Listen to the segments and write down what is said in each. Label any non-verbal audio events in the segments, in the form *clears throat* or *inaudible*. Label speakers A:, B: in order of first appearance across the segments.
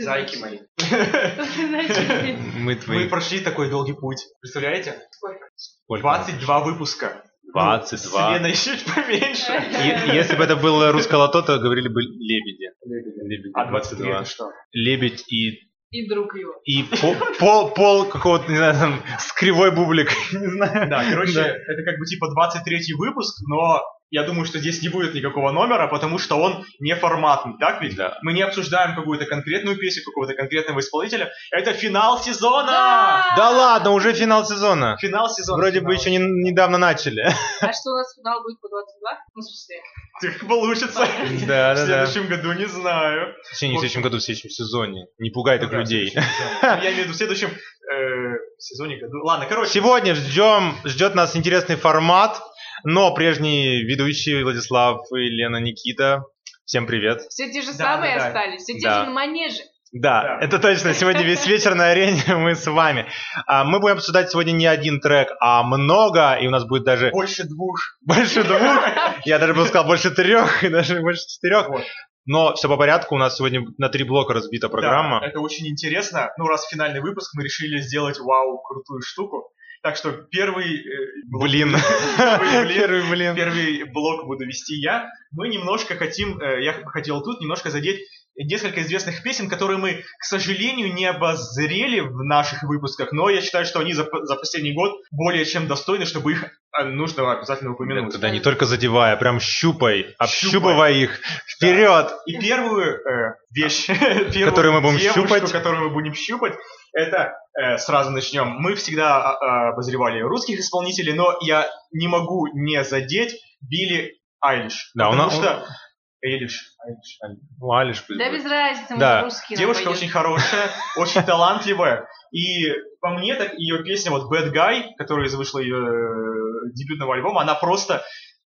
A: Зайки мои.
B: Знаете,
C: Мы твои...
A: Мы прошли такой долгий путь. Представляете?
B: Сколько?
C: Сколько?
A: 22 выпуска. Ну,
C: 22.
A: Вселенная чуть поменьше.
C: Е- Если бы это было русское лото, то говорили бы лебеди. Лебеди
A: А 23 это что?
C: Лебедь и
B: И друг его.
C: и пол, пол, пол какого-то, не знаю, там, с кривой бублик. *laughs* Не знаю.
A: Да, А, короче,
C: Да.
A: это как бы типа 23 выпуск, но я думаю, что здесь не будет никакого номера, потому что он неформатный, так ведь?
C: Да.
A: Мы не обсуждаем какую-то конкретную песню, какого-то конкретного исполнителя. Это финал сезона!
C: Да ладно, уже финал сезона.
A: Финал сезона.
C: Вроде бы
A: Финал.
C: еще не- недавно начали.
B: А что у нас финал будет по 22? Ну, в смысле,
A: Как Типа получится. В
C: Да, да, да.
A: следующем году не знаю.
C: Вообще не в следующем году, в следующем сезоне. Не пугай так
A: Ну да,
C: людей.
A: в следующем сезоне. Я имею в виду в следующем э, сезоне году. Ладно, короче.
C: Сегодня ждем, ждет нас интересный формат, но прежний ведущий Владислав и Лена Никита. Всем привет.
B: все те же
A: Да,
B: самые
A: да, да.
B: остались, все те
C: Да.
B: же на манеже.
C: Да,
A: Да.
C: это точно. Сегодня весь вечер на арене *laughs* мы с вами. А, Мы будем обсуждать сегодня не один трек, а много, и у нас будет даже
A: Больше двух. *laughs*
C: больше двух. Я даже бы сказал больше трех *laughs* и даже больше четырех.
A: Вот.
C: Но все по порядку. У нас сегодня на три блока разбита
A: Да,
C: программа.
A: это очень интересно. Ну, раз финальный выпуск, мы решили сделать вау, крутую штуку. Так что первый... э, блок-
C: Блин.
A: Первый блин.
C: *laughs* Первый блин.
A: Первый блок буду вести я. Мы немножко хотим, э, я хотел тут немножко задеть несколько известных песен, которые мы, к сожалению, не обозрели в наших выпусках, но я считаю, что они за, п- за последний год более чем достойны, чтобы их э, нужно обязательно упомянуть.
C: Тогда не только задевая, а прям щупай, общупывай их.
A: Да.
C: Вперед!
A: И первую э, вещь, *laughs* первую
C: Которую мы будем
A: девушку,
C: щупать.
A: которую мы будем щупать, это э, сразу начнем. Мы всегда а, а, обозревали русских исполнителей, но я не могу не задеть Билли Айлиш.
C: Да,
A: потому
C: он- он-
A: что Эйлиш, Айлиш, Айлиш.
C: Ну, Алиш,
B: Да без разницы, мы
C: Да.
B: на русский
A: Девушка очень хорошая, очень талантливая. И по мне, так ее песня вот Bad Guy, которая из- вышла ее э, дебютного альбома, она просто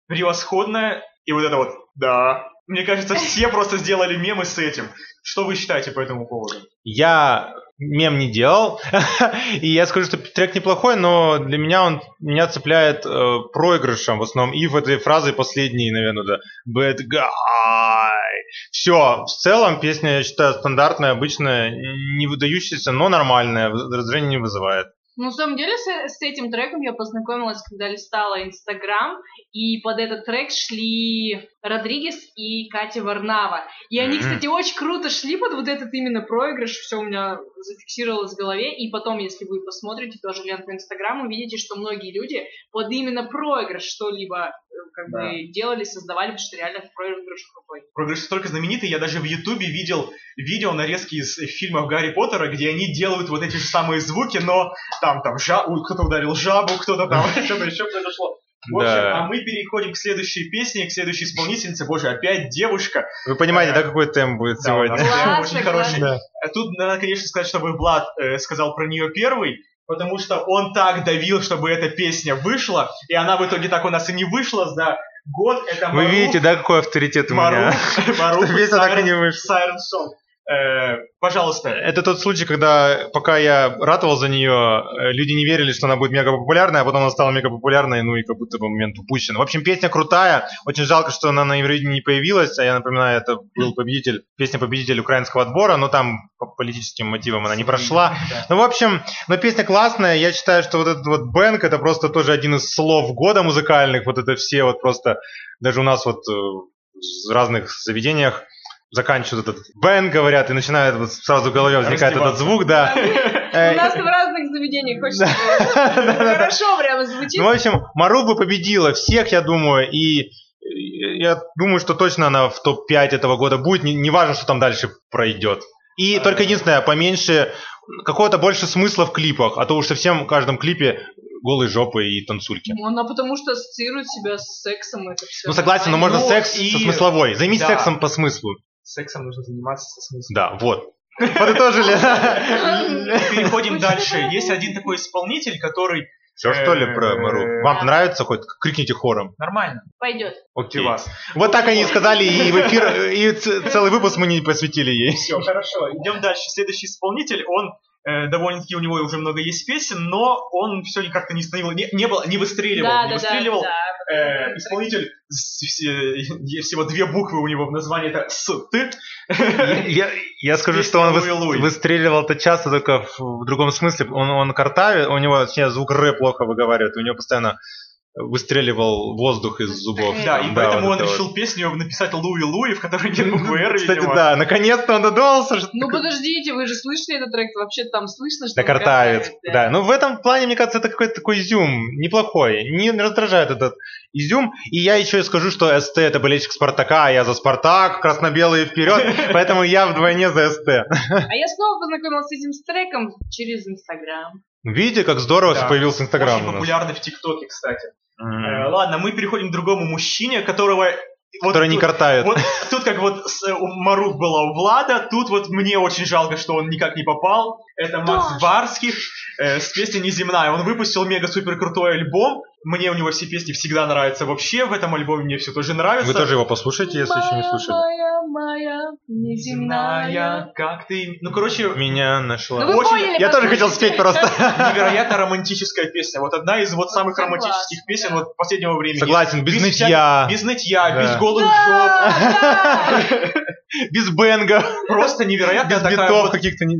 A: превосходная. И вот это вот, да. Мне кажется, все просто сделали мемы с этим. Что вы считаете по этому поводу?
C: Я мем не делал, *laughs* и я скажу, что трек неплохой, но для меня он меня цепляет э, проигрышем в основном, и в этой фразе последней, наверное, да, bad guy. Все, в целом песня, я считаю, стандартная, обычная, не выдающаяся, но нормальная, в- раздражения не вызывает.
B: Ну, на самом деле, с, с этим треком я познакомилась, когда листала Инстаграм, и под этот трек шли Родригес и Катя Варнава. И они,
C: Мгм.
B: кстати, очень круто шли под вот этот именно проигрыш, все у меня зафиксировалось в голове, и потом, если вы посмотрите тоже ленту Инстаграм, увидите, что многие люди под именно проигрыш что-либо э, как
A: Да.
B: бы делали, создавали, потому что реально проигрыш крутой.
A: Проигрыш столько знаменитый, я даже в Ютубе видел видео нарезки из э, фильмов Гарри Поттера, где они делают вот эти же самые звуки, но там там жа- у, кто-то ударил жабу, кто-то там *laughs* что-то еще произошло. В общем,
C: Да.
A: а мы переходим к следующей песне, к следующей исполнительнице. Боже, опять девушка.
C: Вы понимаете, да, какой темп будет
A: Да, у
C: сегодня? *laughs*
A: нас прям
B: Классно,
A: очень хороший.
C: Да.
A: А Тут надо, конечно, сказать, чтобы Влад э, сказал про нее первый, потому что он так давил, чтобы эта песня вышла, и она в итоге так у нас и не вышла за год. Это
C: Вы
A: Маруф-
C: видите, да, какой авторитет у меня? *laughs*
A: Маруф, Маруф,
C: Что Песня так и не вышла.
A: Siren Song. Э, пожалуйста.
C: Это тот случай, когда, пока я ратовал за нее, э, люди не верили, что она будет мега популярной, а потом она стала мега популярной, ну и как будто бы момент упущен. В общем, песня крутая. Очень жалко, что она на Евровидении не появилась. А я напоминаю, это был победитель, песня победитель украинского отбора, но там по политическим мотивам она не прошла.
A: Да.
C: Ну, в общем, но песня классная. Я считаю, что вот этот вот Бэнк, это просто тоже один из слов года музыкальных. Вот это все вот просто, даже у нас вот э, в разных заведениях заканчивают этот бэнк, говорят, и начинает вот сразу в голове возникает этот
A: Раздеваться.
C: звук, да. Э,
B: У нас в разных заведениях хочется.
C: *laughs* Да-да-да.
B: Хорошо прямо звучит.
C: Ну, в общем, Мару бы победила всех, я думаю, и э, я думаю, что точно она в топ-5 этого года будет, не, не важно, что там дальше пройдет. И
A: А, Да.
C: только единственное, поменьше, какого-то больше смысла в клипах, а то уж совсем в каждом клипе голые жопы и танцульки.
B: Ну, Она потому что ассоциирует себя с сексом, это все.
C: Ну согласен,
B: *laughs*
C: но можно
A: Ну,
C: секс
A: и-
C: со смысловой. Займись
A: Да.
C: сексом по смыслу.
A: Сексом нужно заниматься со смыслом.
C: Да, вот.
A: *laughs*
C: Подытожили.
A: Переходим дальше. Есть один такой исполнитель, который
C: Все что ли про Мару? Вам
B: Да.
C: нравится хоть? Крикните хором.
A: нормально.
B: Пойдет.
C: Окей.
A: Пивас.
C: Вот так они и сказали, и в эфир, и ц- целый выпуск мы не посвятили ей.
A: Все, хорошо. Идем дальше. Следующий исполнитель, он Э, довольно-таки у него уже много есть песен, но он все как-то не становил, не, не было, не выстреливал,
B: да,
A: не
B: да,
A: выстреливал.
B: да, да.
A: Э, исполнитель, с- с- э, есть всего две буквы у него в названии, это
C: *laughs*
A: «С-ты».
C: Я, я скажу,
A: Песня
C: что он выс-
A: «Луи-Луи».
C: выстреливал-то часто только в, в другом смысле. Он, он картавит, у него, точнее, звук «р» плохо выговаривает, у него постоянно выстреливал воздух из зубов.
B: Э,
A: Да, и поэтому
C: вот
A: он
C: это вот. Ну,
A: решил *laughs* песню написать «Луи-Луи», в которой нет буквы «Р»,
C: Кстати,
A: видимо.
C: да, наконец-то он додумался, что
B: Ну
C: такое-
B: подождите, вы же слышали этот трек? Вообще там слышно, что
C: Да,
B: он
C: картавит.
B: да.
C: Да. ну в этом плане, мне кажется, это какой-то такой изюм неплохой. Не раздражает этот изюм. И я еще и скажу, что СТ это болельщик Спартака, а я за Спартак,
A: *laughs*
C: красно-белые вперед, поэтому я вдвойне за СТ.
B: А я снова познакомилась с этим с треком через Инстаграм.
C: Видите, как здорово
A: Да.
C: появился Инстаграм
A: Очень
C: у нас.
A: популярный в ТикТоке, кстати. Э,
C: М.
A: Ладно, мы переходим к другому мужчине, которого... вот
C: Который не
A: тут-
C: картавит.
A: Вот тут как вот с, э, у Маруф была у Влада, тут вот мне очень жалко, что он никак не попал. Это
B: Тоже.
A: Макс Барских э, с песней «Неземная». Он выпустил мега-супер крутой альбом. Мне у него все песни всегда нравятся вообще. В этом альбоме мне все тоже нравится.
C: Вы тоже его послушайте, если еще не
B: Моя,
C: слушали.
B: Моя, моя, неземная.
A: «Неземная», как ты... Ну, короче,
C: Меня нашла.
B: Ну вы
A: Очень-
B: поняли,
C: Я тоже хотел
B: послушайте. *laughs*
C: спеть просто.
A: невероятно романтическая песня. Вот одна из вот самых
B: Согласна,
A: романтических песен
B: да.
A: вот последнего времени.
C: Согласен, без
A: Без
C: нытья,
A: Без нытья,
C: Да.
A: без голых жоп.
B: Да, да.
C: без бенга,
A: Просто невероятная
C: без
A: такая
C: битов
A: вот
C: каких-то не-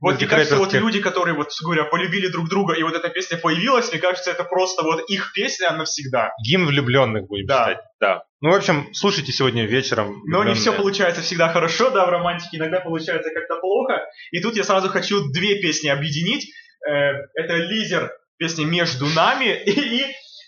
A: Вот мне
C: этих
A: кажется, вот
C: рэперских.
A: люди, которые, вот, говоря, полюбили друг друга, и вот эта песня появилась, мне кажется, это просто вот их песня навсегда.
C: Гимн влюбленных будем
A: Да.
C: читать. Да. Ну, в общем, слушайте сегодня вечером.
A: Но не все
C: «Влюблённые».
A: получается всегда хорошо, да, в романтике, иногда получается как-то плохо. И тут я сразу хочу две песни объединить. Э, Это «Лизер», песня «Между нами» *laughs* и и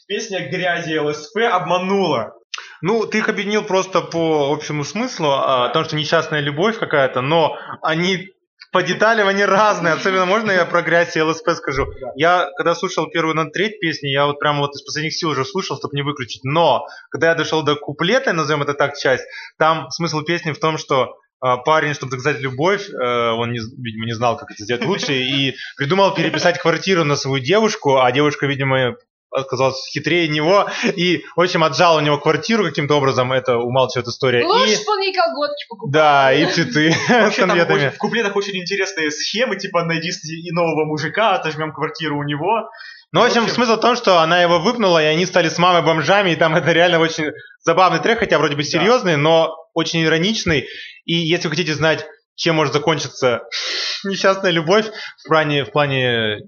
A: песня «Грязи ЛСП» обманула.
C: Ну, ты их объединил просто по общему смыслу, а, потому что несчастная любовь какая-то, но они по деталям они разные. Особенно можно я про грязь и ЛСП скажу.
A: Да.
C: Я когда слушал первую на треть песни, я вот прям вот из последних сил уже слушал, чтобы не выключить. Но когда я дошел до куплета, назовем это так часть, там смысл песни в том, что а, парень, чтобы доказать любовь, э, он, не з- видимо, не знал, как это сделать лучше, и придумал переписать квартиру на свою девушку, а девушка, видимо, оказалась хитрее него, и, в общем, отжал у него квартиру каким-то образом, это умалчивает история, *laughs* и...
B: Лучше бы он ей колготки покупал.
C: Да, и цветы с
A: Вообще там очень-
C: конфетами.
A: в куплетах очень интересные схемы, типа «Найди с- и нового мужика, отожмем квартиру у него».
C: Ну, в
A: в
C: общем,
A: общем-
C: смысл в том, что она его выпнула, и они стали с мамой бомжами, и там это реально очень забавный трек, хотя вроде бы серьезный, но очень ироничный. И если вы хотите знать, чем может закончиться *laughs* несчастная любовь в плане, в плане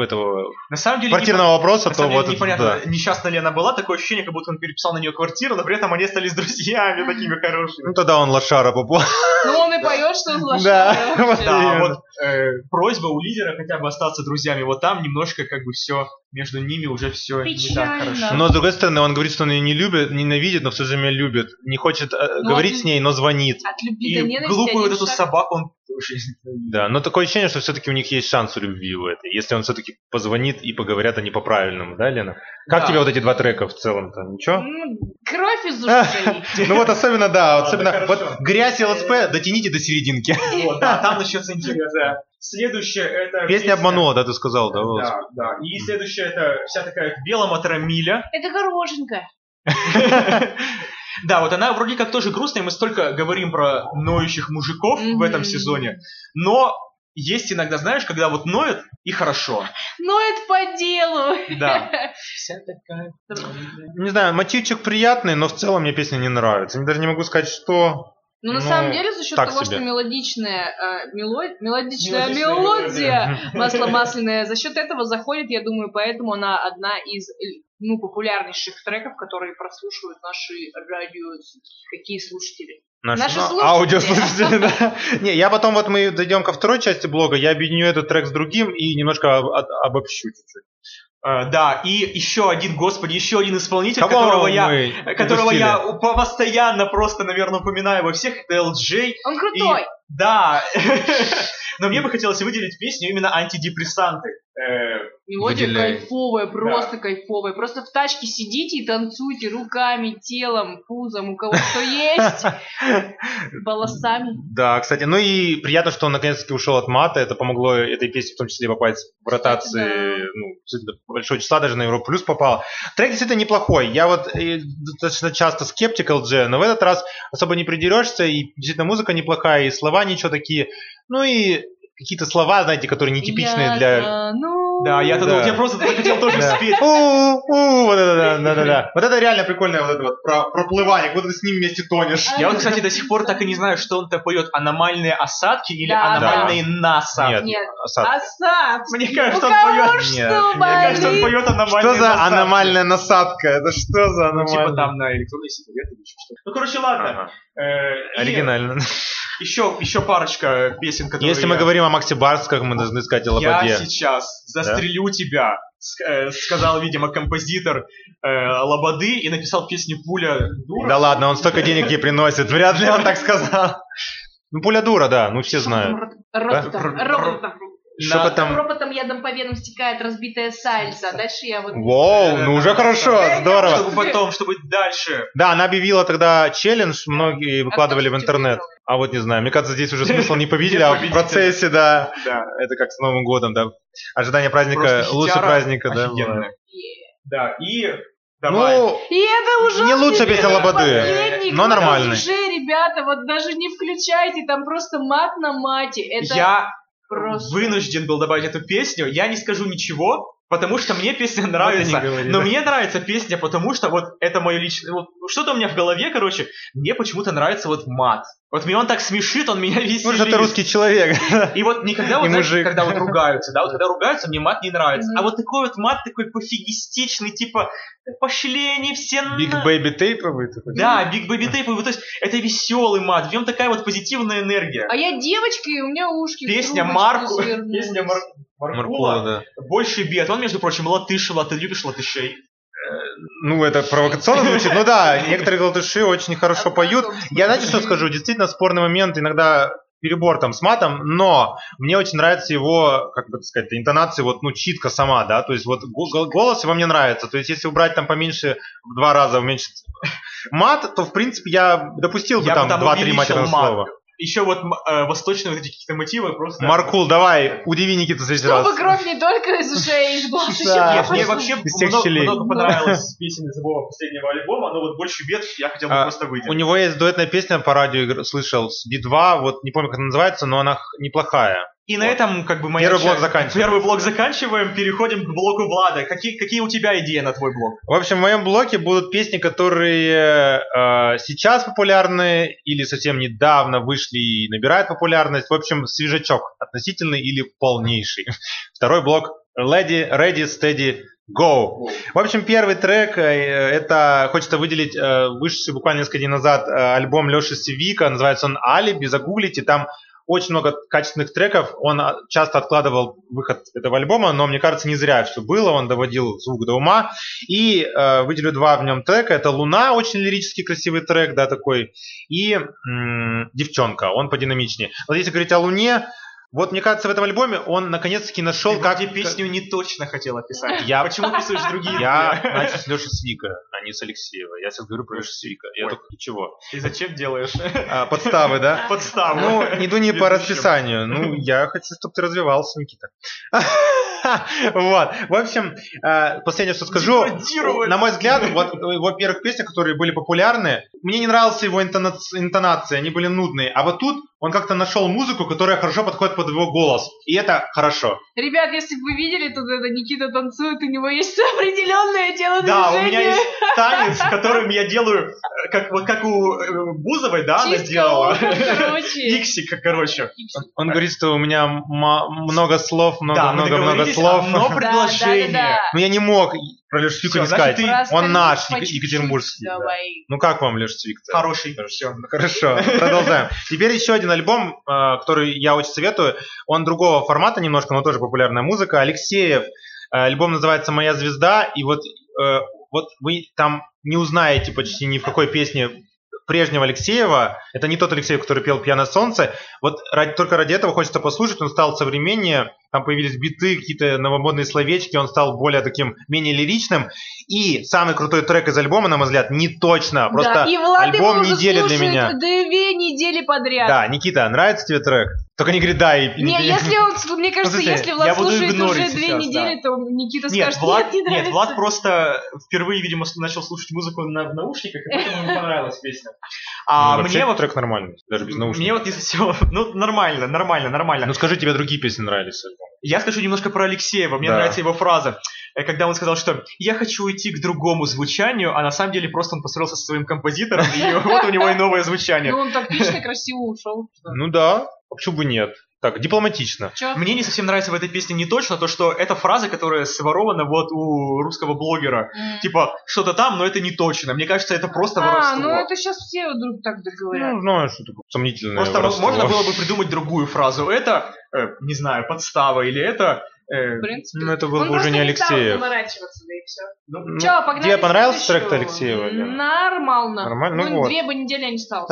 C: этого
A: На самом деле... непо-
C: квартирного вопроса,
A: На
C: то
A: самом
C: вот
A: деле непонятно,
C: да.
A: несчастна ли она была, такое ощущение, как будто он переписал на нее квартиру, но при этом они остались *laughs* друзьями такими
C: Ну
A: хорошими.
C: тогда он лошара попал.
B: Ну он и поет, что он лошадь.
C: *laughs* Да.
B: вообще.
A: Да, а
C: Именно.
A: вот э, просьба у лидера хотя бы остаться друзьями. Вот там немножко как бы все между ними уже все не так
B: Печально.
A: хорошо.
C: Но с другой стороны, он говорит, что он ее не любит, ненавидит, но в то же время любит. Не хочет э,
B: Ну,
C: говорить
B: вот-
C: с ней, но звонит.
B: От любви до
A: И
B: ненависти
A: глупую
B: один
A: вот эту
B: шаг.
A: собаку он тоже не
C: Да, но такое ощущение, что все-таки у них есть шанс у любви у этой, если он все-таки позвонит и поговорят они по-правильному, да, Лена? Как
A: Да.
C: тебе вот эти два трека в целом-то? Ничего?
B: Ну, Кровь из ушей.
C: Ну вот особенно,
A: *laughs*
C: да,
A: Ладно,
C: особенно
A: хорошо. Э,
C: вот грязь и ЛСП дотяните
A: *laughs*
C: до серединки.
A: Вот, да, там начнется интерес. да. Следующее это...
C: Песня обманула, да, ты сказал, да? вот.
A: Да, да. И следующее это вся такая в белом от Рамиля.
B: Это хорошенько.
A: *laughs* Да, вот она вроде как тоже грустная, мы столько говорим про ноющих мужиков в
B: Мгм.
A: этом сезоне, но есть иногда, знаешь, когда вот ноют, и хорошо.
B: Но это по делу.
A: Да. Вся такая...
C: Не знаю, мотивчик приятный, но в целом мне песня не нравится. Я даже не могу сказать, что...
B: Ну, на
C: Ну,
B: самом деле, за счет
C: так
B: того,
C: себе.
B: что мелодичная, э, мело- мелодичная
A: Мелодичная
B: мелодия, *laughs* масло масляное, за счет этого заходит, я думаю, поэтому она одна из э, ну, популярнейших треков, которые прослушивают наши радио... Какие слушатели?
C: Наши,
B: Наши
C: ну,
A: *laughs*
B: слушатели.
C: аудиослушатели, да. Не, я потом, вот мы дойдем ко второй части блога, я объединю этот трек с другим и немножко об- от- обобщу чуть-чуть.
A: Э, Да, и еще один, господи, еще один исполнитель,
C: Кого
A: которого я
C: мы
A: которого
C: упустили?
A: я у- по- постоянно просто, наверное, упоминаю во всех, это LJ.
B: Он крутой!
A: Да, *laughs* но мне бы хотелось выделить песню именно антидепрессанты. Э,
B: Мелодия
C: Выделяй.
B: кайфовая, просто кайфовая. Просто в тачке сидите и танцуйте руками, телом, пузом, у кого что есть, волосами.
C: Да, кстати, ну и приятно, что он наконец-таки ушел от мата. Это помогло этой песне в том числе попасть в ротации
B: да.
C: ну, действительно большого числа, даже на Европу Плюс попал. Трек действительно неплохой. Я вот э, достаточно часто скептик LG, но в этот раз особо не придерешься, и действительно музыка неплохая, и слова ничего такие. Ну и какие-то слова, знаете, которые нетипичные для...
B: Ну...
A: Да, я-то
C: Да.
A: думал, я просто хотел тоже
C: Да.
A: спеть.
C: У, у, вот это, да, да, да, да. Вот это реально прикольное вот это вот про- проплывание, как будто ты с ним вместе тонешь.
A: Я вот, кстати, до сих пор так и не знаю, что он то поет. Аномальные осадки или
B: Да,
A: аномальные насадки.
C: Нет,
B: Нет.
C: осадок.
B: Осад!
A: Мне кажется,
B: У
A: он
B: кого
A: поет.
B: что
C: Нет, мне
A: Мне кажется, он
B: болит?
A: поет аномальные
C: Что за
A: насадки.
C: аномальная насадка? Это что за
A: Ну, типа
C: аномальная?
A: там на электронной сигарете или еще что-то. Ну, короче, ладно.
C: Ага.
A: Э, и
C: Оригинально.
A: Еще, еще парочка песен, которые...
C: Если мы
A: я-
C: говорим о Максе Барсках, мы должны сказать о
A: Я
C: Лободе.
A: сейчас застрелю тебя, с- э, сказал, видимо, композитор э, Лободы и написал песню «Пуля дура».
C: Да ладно, он столько денег ей приносит. Вряд ли он так сказал. Ну, пуля дура, да, ну все знают.
B: Рот- Роботом,
A: Да?
B: роботом.
A: На-
C: Шепотом.
B: Роботом ядом по венам стекает разбитое сальца. Дальше я вот...
C: Воу, ну уже хорошо, здорово.
A: Чтобы потом, чтобы дальше.
C: Да, она объявила тогда челлендж, многие выкладывали в интернет. А вот не знаю, мне кажется, здесь уже смысл не победили,
A: Не
C: а в
A: победили.
C: процессе, да.
A: Да.
C: Это как с Новым годом, да. Ожидание праздника,
A: Просто
C: лучше
A: хитяра
C: праздника, да. бывает.
A: Офигенная. Да, и давай.
C: Ну,
B: И это ужасно.
C: не лучшая песня Лободы.
B: Последний
C: но
B: класс
C: нормальный.
B: Уже, ребята, вот даже не включайте, там просто мат на мате. Это
A: Я
B: просто...
A: вынужден был добавить эту песню. Я не скажу ничего, потому что мне песня
C: вот
A: нравится.
C: они говорили.
A: Но мне нравится песня, потому что вот это мое личное... Вот что-то у меня в голове, короче, мне почему-то нравится вот мат. Вот меня он так смешит, он меня веселит.
C: Потому что ты русский
A: *laughs*
C: человек.
A: И вот никогда
C: Ну, И
A: вот, знаешь,
C: мужик.
A: когда вот ругаются, да, вот когда ругаются, мне мат не нравится.
B: Мгм.
A: А вот такой вот мат, такой пофигистичный, типа, «Да пошли они все на...
C: Биг Бэйби Тейповый такой.
A: Да, Биг Бэби Тейп, ну, то есть это веселый мат, в нем такая вот позитивная энергия.
B: А я девочка, и у меня ушки в
A: Песня
B: трубочку
A: Марку,
B: свернулись.
A: песня Мар...
C: Маркула,
A: Маркула,
C: да.
A: больше бед. Он, между прочим, латыш, латы, любишь латышей?
C: Ну, это провокационно звучит. Ну да, некоторые голтыши очень
B: А *laughs*
C: хорошо поют. Я, знаете, что скажу? Действительно, спорный момент иногда перебор там с матом, но мне очень нравится его, как бы так сказать, интонации, вот, ну, читка сама, да, то есть вот го- го- голос его мне нравится, то есть если убрать там поменьше, в два раза уменьшить *laughs* мат, то, в принципе, я допустил бы
A: Я бы
C: там
A: там
C: два-три
A: увеличил
C: матерных
A: мат.
C: слова.
A: Еще вот м- э, восточные вот эти какие-то мотивы просто...
C: Маркул, давай, удиви Никиту в следующий раз.
B: Чтобы кровь не только из ушей, из глаз еще
C: Да.
A: Нет, мне
B: пошла.
A: вообще
C: Из всех
A: много,
C: щелей.
A: много понравилось песен из его последнего альбома, но вот больше бед я хотел бы
C: А,
A: просто выйти.
C: У него есть дуэтная песня по радио, игр- слышал, с Би-2, вот не помню, как она называется, но она х- неплохая.
A: И на
C: Вот.
A: этом как бы моя
C: Первый блок
A: часть-
C: заканчиваем.
A: Первый блок заканчиваем, переходим к блоку Влада. Какие, какие у тебя идеи на твой блок?
C: В общем, в моем блоке будут песни, которые э, сейчас популярны или совсем недавно вышли и набирают популярность. В общем, свежачок относительный или полнейший. *laughs* Второй блок Lady, Ready, Steady, Go. В общем, первый трек э, это хочется выделить э, вышедший буквально несколько дней назад э, альбом Леши Севика. Называется он Алиби. Загуглите, там очень много качественных треков. Он а, часто откладывал выход этого альбома, но мне кажется, не зря все было. Он доводил звук до ума. И э, выделю два в нем трека. Это «Луна», очень лирический красивый трек, да, такой. И м, «Девчонка», он подинамичнее. Вот если говорить о «Луне», вот мне кажется, в этом альбоме он наконец-таки нашел,
A: Ты
C: как...
A: вроде песню не точно хотела писать.
C: *laughs* Я-
A: Почему писаешь другие?
C: Я начал *laughs* с Леши Свика, а не с Алексеева. Я сейчас говорю про Леши Свика. Я
A: Ой.
C: только ты чего?
A: Ты зачем делаешь
C: *laughs* А, подставы, да?
A: подставу?
C: Ну, иду не по
A: Ведущим.
C: расписанию. Ну, я хочу, чтобы ты развивался, Никита. *laughs* Вот. В общем, э, последнее, что скажу.
A: Деградировать.
C: На мой взгляд, вот его первых песни, которые были популярны, мне не нравилась его интона- интонация, они были нудные. А вот тут он как-то нашел музыку, которая хорошо подходит под его голос. И это хорошо.
B: Ребят, если бы вы видели, тут это Никита танцует, у него есть *laughs* определенное тело
A: Да, у меня есть танец, которым я делаю, э, как, вот как у э, Бузовой, да, она *laughs* делала.
B: короче.
A: Иксика, короче.
C: Он говорит, что у меня м- много слов,
A: Э, да, ну мы
C: много-много-много
A: договорились,
C: слов.
A: Одно предложение.
C: Но я не мог про Лешфику
A: Всё,
C: не
A: значит,
C: сказать.
A: ты-
C: Он наш, Ек- екатеринбургский. да. Ну как вам, Леш Цвик?
A: Хороший. Все.
C: Ну, Хорошо, продолжаем. Теперь еще один альбом, э, который я очень советую. Он другого формата немножко, но тоже популярная музыка. Алексеев. Э, Альбом называется «Моя звезда». И вот, э, вот вы там не узнаете почти ни в какой песне прежнего Алексеева. Это не тот Алексеев, который пел «Пьяное солнце». Вот ради- только ради этого хочется послушать. Он стал современнее. Там появились биты, какие-то новомодные словечки. Он стал более таким, менее лиричным. И самый крутой трек из альбома, на мой взгляд, не точно. а Просто
B: да, и Влад
C: альбом
B: его уже
C: недели для
B: слушает
C: меня.
B: Две недели подряд.
C: да, Никита, нравится тебе трек? Только не говори да и
B: Не,
C: пи-
B: если он, с- мне кажется,
C: Слушайте,
B: если Влад
A: я буду
B: слушает уже
A: игнорить
B: две
A: сейчас,
B: недели, то Никита
A: Нет,
B: скажет,
A: Влад,
B: нет, Ну, не
A: нет,
B: нравится.
A: Влад просто впервые, видимо, с- начал слушать музыку на, в наушниках, и поэтому ему понравилась песня. А
C: Ну, вообще
A: мне вот...
C: трек нормальный, даже без наушников.
A: Мне вот не совсем... *laughs* Ну, нормально, нормально, нормально.
C: Ну скажи, тебе другие песни нравились?
A: Я скажу немножко про Алексеева. Мне
C: Да.
A: нравится его фраза, э, когда он сказал, что «я хочу уйти к другому звучанию», а на самом деле просто он поссорился со своим композитором,
C: *laughs*
A: и вот у него и новое звучание.
B: Ну, он тактично красиво ушел.
C: Ну да, а почему бы нет? Так, дипломатично.
B: Чё?
A: Мне не совсем нравится в этой песне не точно то, что это фраза, которая сворована вот у русского блогера.
B: М.
A: Типа, что-то там, но это не точно. Мне кажется, это просто
B: А, ну
A: воровство.
B: это сейчас все вдруг так договорят.
C: Ну, знаю, что такое сомнительное
A: Просто
C: воровство.
A: можно было бы придумать другую фразу. Это, э, не знаю, подстава, или это... э,
B: в принципе.
C: Ну, это был бы
B: просто
C: уже не
B: стал
C: Алексеев.
B: заморачиваться, да и все.
A: ну,
C: Ну,
B: Че, погнали
C: тебе понравился
B: следующего?
C: трек-то Алексеева, Лена?
B: Нормально.
C: Нормально? Ну
B: Ну,
C: вот.
B: две бы недели я не
C: *laughs*
B: стал.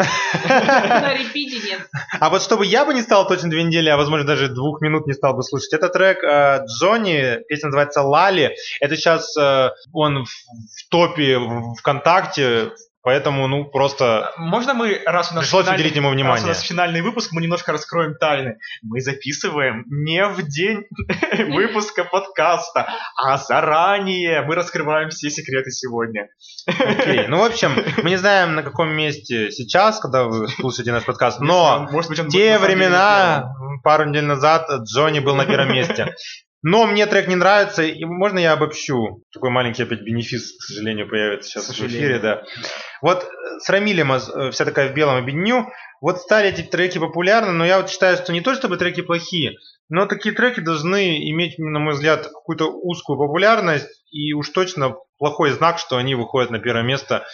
B: На репите нет.
C: А вот чтобы я бы не стал точно две недели, а возможно даже двух минут не стал бы слушать, это трек э, Джонни, песня называется «Лали». Это сейчас э, он в, в топе в- ВКонтакте, поэтому, ну, просто
A: Можно мы, раз у нас
C: пришлось
A: финальный-
C: уделить ему
A: Раз у
C: внимание.
A: нас финальный выпуск, мы немножко раскроем тайны. Мы записываем не в день *laughs* выпуска подкаста, а заранее. Мы раскрываем все секреты сегодня.
C: Окей. Ну, в общем, мы не знаем, на каком месте сейчас, когда вы слушаете наш подкаст, но...
A: Может быть, он
C: В
A: будет на
C: те
A: самом деле
C: времена, пару недель назад, Джонни был на первом месте. Но мне трек не нравится, и можно я обобщу? Такой маленький опять бенефис, к сожалению, появится сейчас
A: К
C: в
A: сожалению.
C: эфире, да. Вот э, с Рамилем, э, вся такая в белом объединю, вот стали эти треки популярны, но я вот считаю, что не то чтобы треки плохие, но такие треки должны иметь, на мой взгляд, какую-то узкую популярность, и уж точно плохой знак, что они выходят на первое место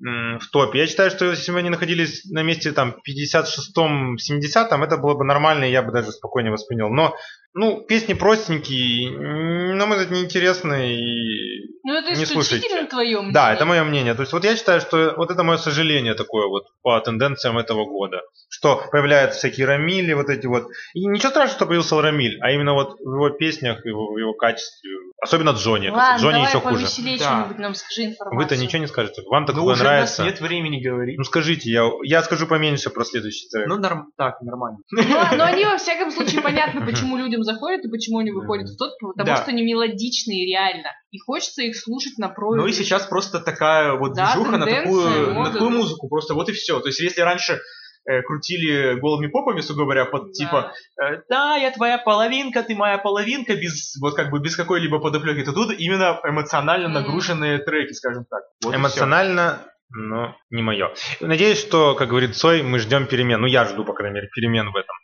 C: м, в топе. Я считаю, что если бы они находились на месте там 56-м, 70-м, это было бы нормально, и я бы даже спокойнее воспринял. Но, ну, песни простенькие, м, на мой взгляд, неинтересные. И...
B: Ну это
C: Не
B: исключительно
C: слушайте.
B: твое мнение.
C: Да, это мое мнение. То есть вот я считаю, что вот это мое сожаление такое вот по тенденциям этого года. Что появляются всякие Рамили, вот эти вот. И ничего страшного, что появился Рамиль, а именно вот в его песнях, и в его качестве. Особенно Джонни.
B: Ладно,
C: Джонни
B: давай
C: еще хуже.
B: повеселее
A: Да.
B: что-нибудь нам скажи информацию.
C: Вы-то ничего не скажете. Вам
A: Ну,
C: такое
A: уже у нас
C: нравится.
A: нет времени говорить.
C: Ну скажите, я, я скажу поменьше про следующий трек.
A: Ну, норм- так, нормально.
B: Но, но Ну, а, они во всяком случае понятно, почему людям заходят и почему они выходят в тот, потому
A: Да.
B: что они мелодичные реально. И хочется их слушать на проигрыш.
A: Ну и сейчас просто такая вот
B: Да,
A: движуха на
B: тенденция,
A: такую, на
B: мода.
A: такую музыку. Просто вот и все. То есть, если раньше э, крутили голыми попами, сугубо говоря, под
B: Да.
A: типа э, да, я твоя половинка, ты моя половинка, без вот как бы без какой-либо подоплеки, то тут именно эмоционально
B: Мгм.
A: нагруженные треки, скажем так. Вот и
C: Эмоционально, но не мое. Надеюсь, что, как говорит Цой, мы ждем перемен. Ну, я жду, по крайней мере, перемен в этом.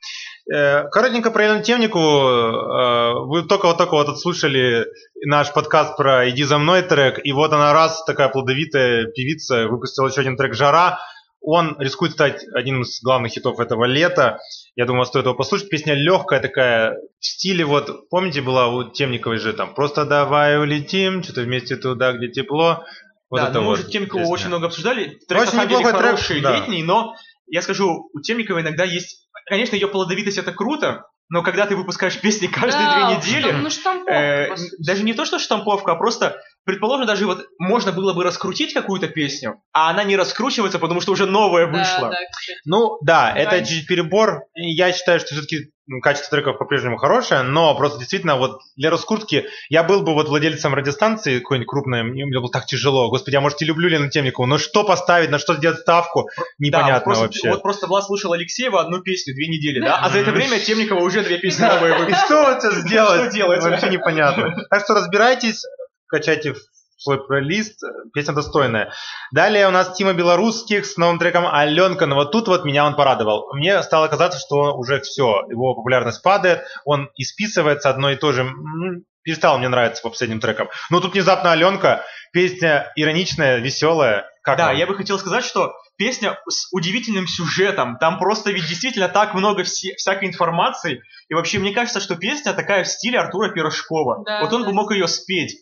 C: Э, Коротенько про Елену Темнику. Э, Вы только вот только вот отслушали наш подкаст про «Иди за мной» трек, и вот она раз, такая плодовитая певица, выпустила еще один трек «Жара». Он рискует стать одним из главных хитов этого лета. Я думаю, стоит его послушать. Песня легкая такая, в стиле вот, помните, была у Темниковой же там «Просто давай улетим, что-то вместе туда, где тепло». Вот
A: да, ну,
C: это
A: мы
C: вот
A: уже Темникову
C: песня.
A: очень много обсуждали. Трек
C: Очень
A: на самом деле
C: неплохой трек,
A: хороший,
C: да.
A: летний, но я скажу, у Темникова иногда есть... Конечно, ее плодовитость это круто, но когда ты выпускаешь песни каждые
B: Да,
A: две
B: уж
A: недели,
B: там, Ну штамповка,
A: э,
B: по сути.
A: даже не то, что штамповка, а просто, предположим, даже вот можно было бы раскрутить какую-то песню, а она не раскручивается, потому что уже новая
B: Да,
A: вышла.
B: да, кстати.
C: Ну, да,
B: Да.
C: это чуть-чуть перебор. И Я считаю, что все-таки качество треков по-прежнему хорошее, но просто действительно вот для раскрутки я был бы вот владельцем радиостанции какой-нибудь крупной, мне было бы так тяжело. Господи, я, может, и люблю Лену Темникову, но что поставить, на что сделать ставку,
A: Да, вот
C: непонятно
A: просто-
C: вообще.
A: Вот просто Влад слушал Алексеева одну песню две недели, да? А за это
C: Мгм.
A: время Темникова уже две песни новые
C: И
A: выпустила.
C: что вот сейчас *laughs*
A: *laughs*
C: сделать?
A: Что делать?
C: Вообще непонятно. Так что разбирайтесь, качайте в свой плейлист, песня достойная. Далее у нас Тима Белорусских с новым треком «Аленка». Но вот тут вот меня он порадовал. Мне стало казаться, что уже все, его популярность падает, он исписывается одно и то же. М, Перестал мне нравиться по последним трекам. Но тут внезапно «Аленка», песня ироничная, веселая. Как
A: Да,
C: вам?
A: я бы хотел сказать, что песня с удивительным сюжетом. Там просто ведь действительно так много вси- всякой информации. И вообще, мне кажется, что песня такая в стиле Артура Пирожкова.
B: Да,
A: вот он
B: да.
A: бы мог ее спеть.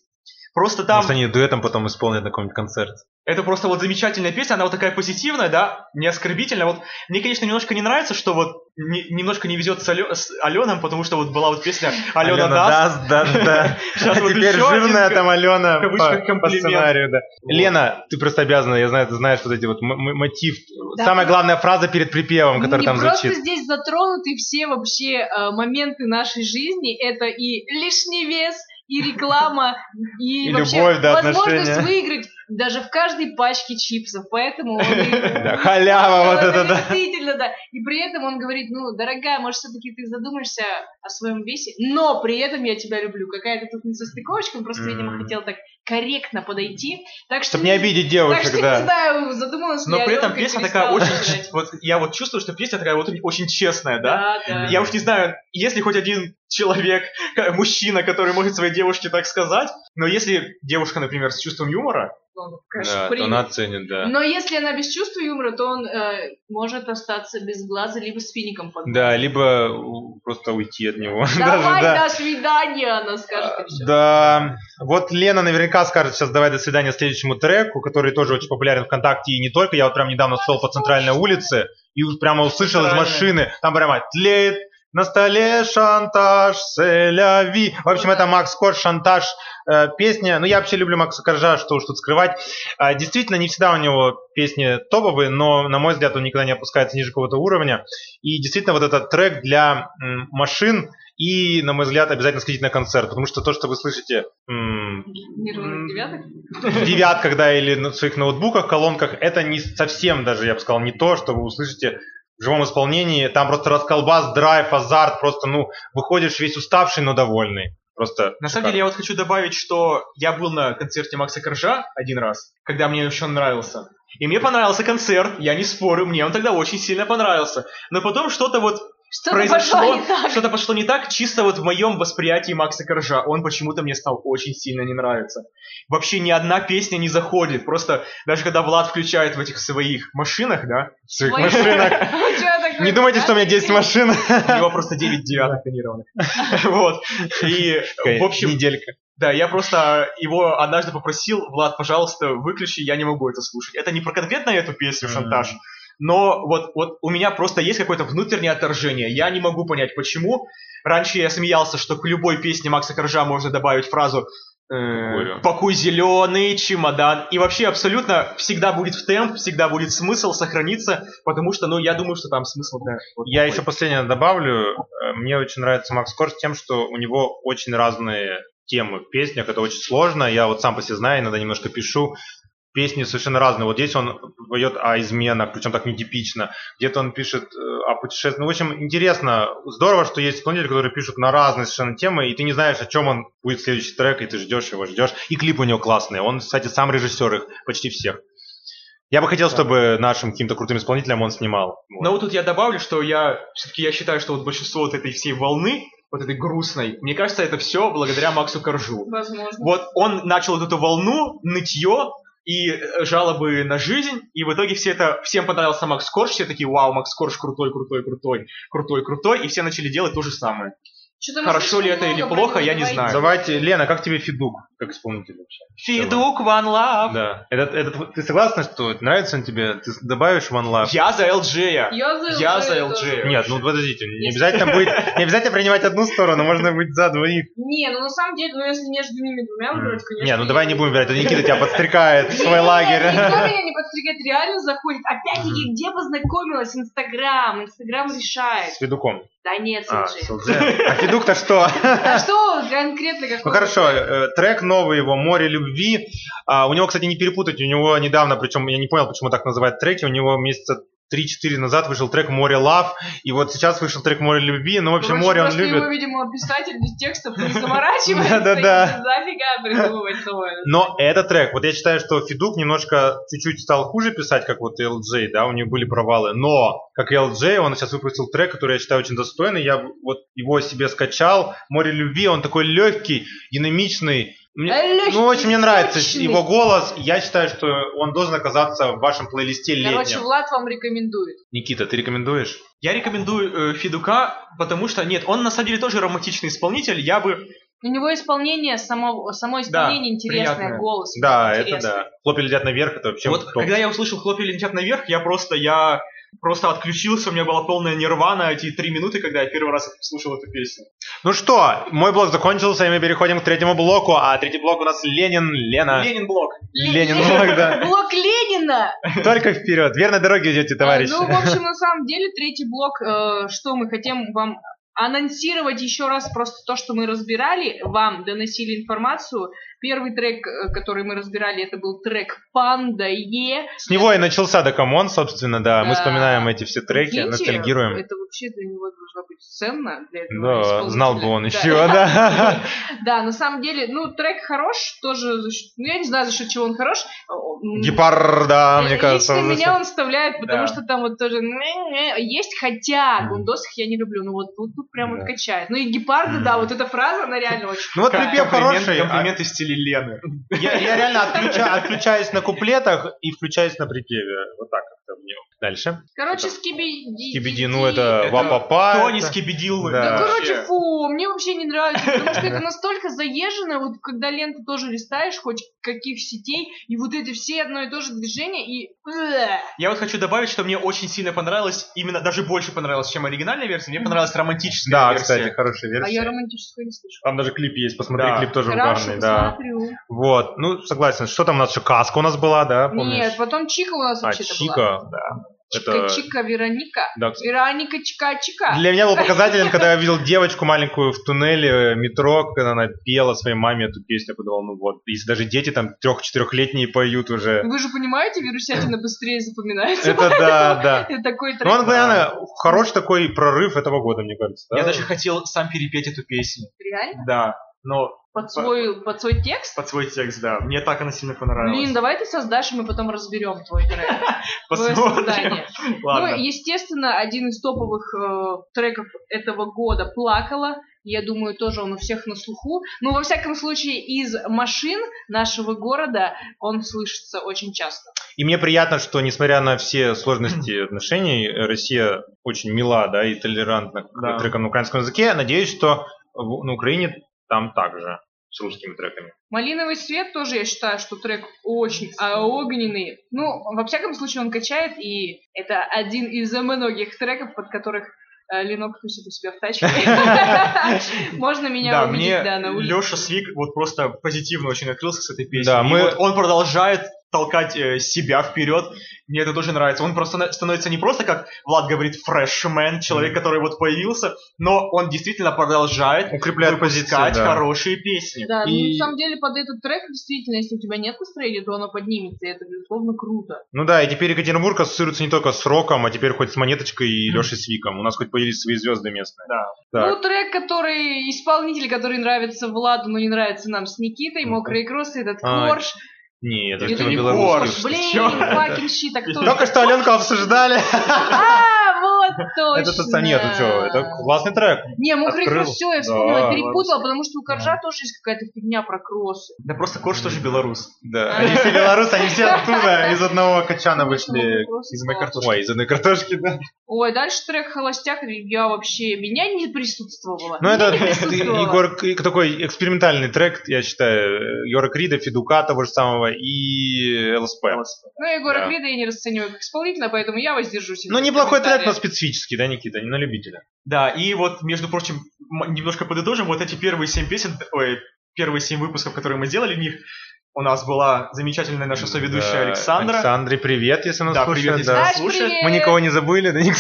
A: Просто там...
C: Может, они дуэтом потом исполнят на каком-нибудь концерте.
A: Это просто вот замечательная песня, она вот такая позитивная, да, не оскорбительная. Вот мне, конечно, немножко не нравится, что вот не- немножко не везет с, Алё- с Аленом, потому что вот была вот песня Алена, Дас.
C: да, да.
A: Сейчас
C: *laughs* А
A: вот
C: теперь
A: еще один
C: жирная
A: ка-
C: там Алена
A: в кавычках
C: по, по
A: комплимент.
C: сценарию, да.
A: Вот.
C: Лена, ты просто обязана, я знаю, ты знаешь вот эти вот м- м- мотив.
B: Да.
C: Самая главная фраза перед припевом, которая
B: Не
C: там
B: просто
C: звучит.
B: здесь затронуты все вообще э, моменты нашей жизни. Это и лишний вес, и реклама, и,
C: И
B: вообще
C: любовь, да,
B: возможность
C: отношения.
B: выиграть даже в каждой пачке чипсов, поэтому он... и-
C: Да, халява *laughs* вот это, да.
B: Действительно, да. И при этом он говорит, ну, дорогая, может, все-таки ты задумаешься о своем весе, но при этом я тебя люблю. Какая-то тут несостыковочка, он просто, видимо,
C: М.
B: хотел так корректно подойти. Так что...
C: Чтобы не обидеть
B: Так что,
C: девушек,
B: не
C: да.
B: знаю, задумалась ли
A: Но
B: я
A: при
B: о
A: этом
B: нем, как
A: песня такая очень...
B: перестала
A: ч- Вот я вот чувствую, что песня такая вот очень честная, да?
B: Да, да.
A: Я уж не знаю, если хоть один человек, *laughs* к- мужчина, который может своей девушке так сказать, но если девушка, например, с чувством юмора,
B: Он, конечно,
C: Да, то
B: примет.
C: он оценит, да.
B: Но если она без чувства юмора, то он э, может остаться без глаза, либо с фиником под глазом.
C: Да, либо у- просто уйти от него. *laughs*
B: Давай,
C: Даже, *laughs* да. А,
B: до свидания, она скажет, и все.
C: Да, вот Лена наверняка скажет сейчас давай до свидания следующему треку, который тоже очень популярен ВКонтакте и не только. Я вот прям недавно шел по центральной улице и уж прямо услышал из
A: Центральная.
C: машины, там прямо тлеет на столе шантаж, селяви. В общем, это Макс Корж, шантаж, э, песня. Ну, я вообще люблю Макса Коржа, что уж тут скрывать. А, действительно, не всегда у него песни топовые, но, на мой взгляд, он никогда не опускается ниже какого-то уровня. И действительно, вот этот трек для м, машин и, на мой взгляд, обязательно сходить на концерт, потому что то, что вы слышите м,
B: Нервных девяток.
C: в девятках, да, или на своих ноутбуках, колонках, это не совсем даже, я бы сказал, не то, что вы услышите в живом исполнении. Там просто расколбас, драйв, азарт, просто, ну, выходишь весь уставший, но довольный. Просто
A: на самом деле я вот хочу добавить, что я был на концерте Макса Коржа один раз, когда мне еще он нравился. И мне понравился концерт, я не спорю, мне он тогда очень сильно понравился. Но потом что-то вот,
B: Что-то пошло
A: произошло,
C: *laughs*
B: не так.
A: что-то пошло не так, чисто вот в моем восприятии Макса Коржа. Он почему-то мне стал очень сильно не нравиться. Вообще ни одна песня не заходит. Просто даже когда Влад включает в этих своих машинах, да,
C: в своих
A: *laughs*
B: Ой.
C: машинах.
B: Ну, *laughs* чё я такой,
C: Не думайте, что у меня 10 машин.
A: У него просто 9 девяток тонированных. *laughs* Вот. И, в общем,
C: неделька.
A: да, я просто его однажды попросил, Влад, пожалуйста, выключи, я не могу это слушать. Это не про конкретно эту песню
C: Мгм.
A: «Шантаж», но вот, вот у меня просто есть какое-то внутреннее отторжение. Я не могу понять, почему. Раньше я смеялся, что к любой песне Макса Коржа можно добавить фразу э,
C: Какую?
A: «Пакуй зеленый чемодан». И вообще абсолютно всегда будет в темп, всегда будет смысл сохраниться, потому что, ну, я думаю, что там смысл... да, вот
C: Я
A: такой.
C: еще последнее добавлю. Э, Мне очень нравится Макс Корж тем, что у него очень разные темы в песнях. Это очень сложно. Я вот сам по себе знаю, иногда немножко пишу. Песни совершенно разные. Вот здесь он поет о изменах, причем так нетипично. Где-то он пишет э, о путешествиях. Ну, в общем, интересно. Здорово, что есть исполнители, которые пишут на разные совершенно темы, и ты не знаешь, о чем он будет следующий трек, и ты ждешь его, ждешь. И клипы у него классные. Он, кстати, сам режиссер их почти всех. Я бы хотел,
A: Да.
C: чтобы нашим каким-то крутым исполнителям он снимал. Вот.
A: Но вот тут я добавлю, что я все-таки я считаю, что вот большинство вот этой всей волны, вот этой грустной, мне кажется, это все благодаря Максу Коржу.
B: Возможно.
A: Вот он начал вот эту волну, нытье и э, жалобы на жизнь, и в итоге все это, всем понравился Макс Корж, все такие, вау, Макс Корж крутой, крутой, крутой, крутой, крутой, и все начали делать то же самое.
B: Чё-то мы
A: хорошо
B: слишком
A: ли это или
B: много про
A: плохо,
B: него
A: я не
B: говорим.
A: знаю.
C: Давайте, Лена, как тебе Федук как исполнитель вообще?
A: Федук, One Love.
C: Да. Этот, этот, ты согласна, что нравится он тебе? Ты с- добавишь One Love?
A: Я за LJ. -я.
B: Я за
A: Я за
B: тоже.
A: LJ.
C: Нет, ну подождите, не обязательно будет, не обязательно принимать одну сторону, можно быть за двоих.
B: Не, ну на самом деле, ну если между ними двумя выбрать, конечно.
C: Не, ну
B: я-
C: давай не будем выбирать, а Никита тебя подстрекает в свой
B: Нет,
C: *laughs*
B: Никто
C: лагерь.
B: меня не подстригает, реально заходит. Опять-таки, где познакомилась? Инстаграм. Инстаграм решает.
C: С Федуком.
B: Да нет,
C: А,
B: слушай.
C: с LJ. А Федук-то что?
B: А что конкретно как
C: Ну хорошо, э, трек новый его «Море любви». А, у него, кстати, не перепутать, у него недавно, причем я не понял, почему так называют треки, у него месяца 3-4 назад вышел трек «Море лав», и вот сейчас вышел трек «Море любви», ну, в общем, море он любит.
B: его, видимо, писатель без текстов не заморачивается.
C: Да-да-да.
B: и Зафига придумывать новое.
C: Но этот трек, вот я считаю, что Федук немножко чуть-чуть стал хуже писать, как вот LJ, да, у него были провалы. Но, как и LJ, он сейчас выпустил трек, который я считаю очень достойный. Я вот его себе скачал. Море любви, он такой легкий, динамичный. Мне-
B: Э, Лёгкий,
C: ну, очень мне нравится
B: сочный.
C: его голос. Я считаю, что он должен оказаться в вашем плейлисте летнем.
B: Короче, Влад вам рекомендует.
C: Никита, ты рекомендуешь?
A: Я рекомендую э, Федука, потому что, нет, он на самом деле тоже романтичный исполнитель, я бы
B: У него исполнение, само, само исполнение интересное,
A: приятное.
B: голос.
C: Да,
B: интересный.
C: это да. Хлопья летят наверх, это вообще
A: вот
C: топ.
A: когда я услышал «Хлопья летят наверх», я просто, я просто отключился, у меня была полная нирвана эти три минуты, когда я первый раз слушал эту песню.
C: Ну что, мой блок закончился, и мы переходим к третьему блоку. А третий блок у нас Ленин, Лена.
A: Ленин Блок.
C: Ленин, блок, да.
B: *laughs* Блок Ленина!
C: Только
B: А, Э,
C: вперед, верной дороги идете, товарищи.
B: Ну, в общем, на самом деле, третий блок, э, что мы хотим вам анонсировать еще раз просто то, что мы разбирали, вам доносили информацию. Первый трек, э, который мы разбирали, это был трек «Панда Е».
C: С него и начался Дакамон, собственно, да.
B: Да.
C: Мы вспоминаем эти все треки,
B: Прикиньте,
C: ностальгируем.
B: Это вообще для него должно быть ценно. Для этого
C: Да,
B: исполнителя.
C: знал бы он
B: Да.
C: еще, *laughs* да.
B: Да, на самом деле, ну, трек хорош, тоже, за счет- ну, я не знаю, за счет чего он хорош. Э, М,
C: Гепарда, мне
B: Э, Лично
C: кажется. он
B: меня
C: зас-
B: он вставляет, потому
C: Да.
B: что там вот тоже «мэ-мэ» есть, хотя
C: Мгм.
B: гундосов я не люблю, но вот тут, тут прям
C: Да.
B: вот качает. Ну и гепарда,
C: Мгм.
B: да, вот эта фраза, она реально очень
C: Ну вот
B: крутая.
C: припев хороший. а-
A: Комплименты стиле Лены.
C: Я, я реально отключа- отключаюсь на куплетах и включаюсь на припеве. Вот так как-то мне. Дальше.
B: Короче, скибиди.
C: Кибиди, ну это
A: Это
C: вапапа.
A: Кто не
C: это-
A: скибидил?
C: Да.
B: Да,
C: вообще.
B: Ну, короче, фу, мне вообще не нравится, потому что это настолько заезжено, вот когда ленту тоже листаешь, хоть каких сетей, и вот эти все одно и то же движение, и... э,
A: Я вот хочу добавить, что мне очень сильно понравилось, именно даже больше понравилось, чем оригинальная версия. Мне понравилась романтическая
C: Да,
A: версия.
C: кстати, хорошая
B: А я
C: версия.
B: романтическую не слышу.
C: Там даже клип есть, посмотри,
A: Да.
C: клип тоже
B: Хорошо,
C: угарный, да. А
B: посмотрю.
C: Вот, ну согласен. Что там у нас еще? Каска у нас была, да? Помнишь?
B: Нет, потом Чика у нас
C: а,
B: вообще-то
C: Чика,
B: была.
C: да.
B: Чика,
C: Это...
B: Чика, Вероника.
C: да, кстати.
B: Вероника, Чика, Чика.
C: Для меня был показателен, когда я видел девочку маленькую в туннеле э, метро, когда она пела своей маме эту песню, я подумал, ну вот, если даже дети там трех-четырехлетние поют уже.
B: Ну, Вы же понимаете, вирусятина быстрее запоминается. *laughs*
C: Это да, да.
B: Это такой
C: Ну,
B: трек.
C: он, наверное, хороший такой прорыв этого года, мне кажется. да?
A: Я даже хотел сам перепеть эту песню.
B: Реально?
A: Да, но
B: Под свой, под свой текст?
A: под свой текст, да. Мне так она сильно понравилась.
B: Блин, давай ты создашь, и мы потом разберем твой трек. Твое
A: Посмотрим.
B: создание.
A: Ладно.
B: Ну, естественно, один из топовых э, треков этого года «Плакала». Я думаю, тоже он у всех на слуху. Ну, во всяком случае, из машин нашего города он слышится очень часто.
C: И мне приятно, что, несмотря на
A: *clears throat*
C: все сложности отношений, э, Россия очень мила, да, и толерантна к
A: Да.
C: трекам на украинском языке. Надеюсь, что в- на Украине там также с русскими треками.
B: Малиновый свет тоже, я считаю, что трек очень а, огненный. Ну, во всяком случае, он качает, и это один из многих треков, под которых э, Ленок тусит у себя в
A: *laughs*
B: тачке. Можно меня
A: да, мне
B: увидеть, да, на улице.
A: Леша Свик вот просто позитивно очень открылся с этой песней.
C: Да,
A: И
C: мы-
A: вот он продолжает толкать э, себя вперед. Мне это тоже нравится. Он просто на- становится не просто, как Влад говорит, фрешмен, человек,
C: Мгм.
A: который вот появился, но он действительно продолжает
C: Укрепляет позицию,
A: выпускать
C: да.
A: хорошие песни.
B: Да, ну,
C: И-
B: на самом деле, под этот трек, действительно, если у тебя нет настроения, то оно поднимется, и это, безусловно, круто.
C: Ну да, и теперь Екатеринбург ассоциируется не только с роком, а теперь хоть с Монеточкой и Лешей Свиком. У нас хоть появились свои звезды местные.
A: Да.
C: Так.
B: Ну, трек, который, исполнитель, который нравится Владу, но не нравится нам с Никитой,
C: Ну-ка.
B: «Мокрые кроссы», этот
C: А,
B: корж.
C: Нет,
A: Это
C: это
A: не
C: белорусских.
A: Корж, ты
B: Блин,
A: чё?
B: fucking shit, а кто же
C: Только что Аленку обсуждали.
B: А, вот точно.
C: Это тот нет, это что, это классный трек.
B: Не, мокрый
C: открыл.
B: кросс, все, я вспомнила,
C: Да,
B: перепутала, потому что у Коржа тоже есть какая-то фигня про кроссы.
A: Да просто Корж тоже белорус.
C: Да, они все белорусы, они все оттуда, из одного качана вышли.
B: Из
C: Ой, из одной картошки, да.
B: Ой, дальше трек «Холостяк», я вообще, меня не присутствовала.
C: Ну,
B: Я
C: *laughs* это
B: не присутствовала.
C: Егор, К- такой экспериментальный трек, я считаю, Егора Крида, Федука того же самого и ЛСП.
B: Ну, Егора
C: Да.
B: Крида я не расцениваю как исполнителя, поэтому я воздержусь.
C: Ну, неплохой трек, но специфический, да, Никита, не на любителя.
A: Да, и вот, между прочим, м- немножко подытожим, вот эти первые семь песен, ой, первые семь выпусков, которые мы делали в них, у нас была замечательная наша соведущая
C: Да,
A: Александра.
C: Александре, привет, если нас
A: Да,
C: слушает.
A: привет, если
C: да.
A: нас
B: Аж
A: слушает.
B: привет!
C: Мы никого не забыли, да, никто.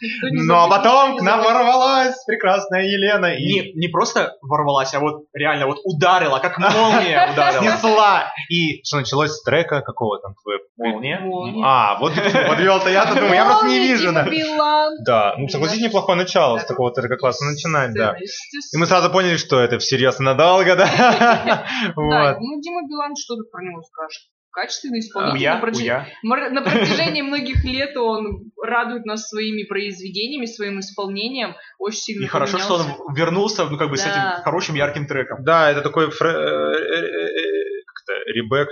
B: Никто не
C: Ну, а
B: забыл,
C: потом
B: никто
C: к
B: не
C: нам
B: забыл.
C: ворвалась прекрасная Елена и
A: не, не просто ворвалась, а вот реально вот ударила,
C: *laughs*
A: как молния ударила.
C: снесла. И что началось с трека какого там твоего?
A: Молния.
B: Молния.
C: А, вот подвел-то я-то думаю, я просто не
B: Молния,
C: вижу.
B: Дима
C: да.
B: Билан.
C: Да, ну согласись, неплохое начало с
B: типа, Да.
C: такого трека классно начинать, ну, да. И
B: Естественно.
C: мы сразу поняли, что это всерьез и надолго, да?
B: Да,
C: Вот.
B: ну Дима Билан, что ты про него скажешь? Качественный исполнитель. ну,
A: Уя,
B: на, протяж-
A: уя.
B: мор- на протяжении многих лет он радует нас своими произведениями, своим исполнением. Очень сильно
A: И хорошо, что
B: поменялся.
A: он вернулся, ну, как бы, с
B: Да.
A: этим хорошим ярким треком.
C: Да, это такой фре- э, э, э, как-то ребэк,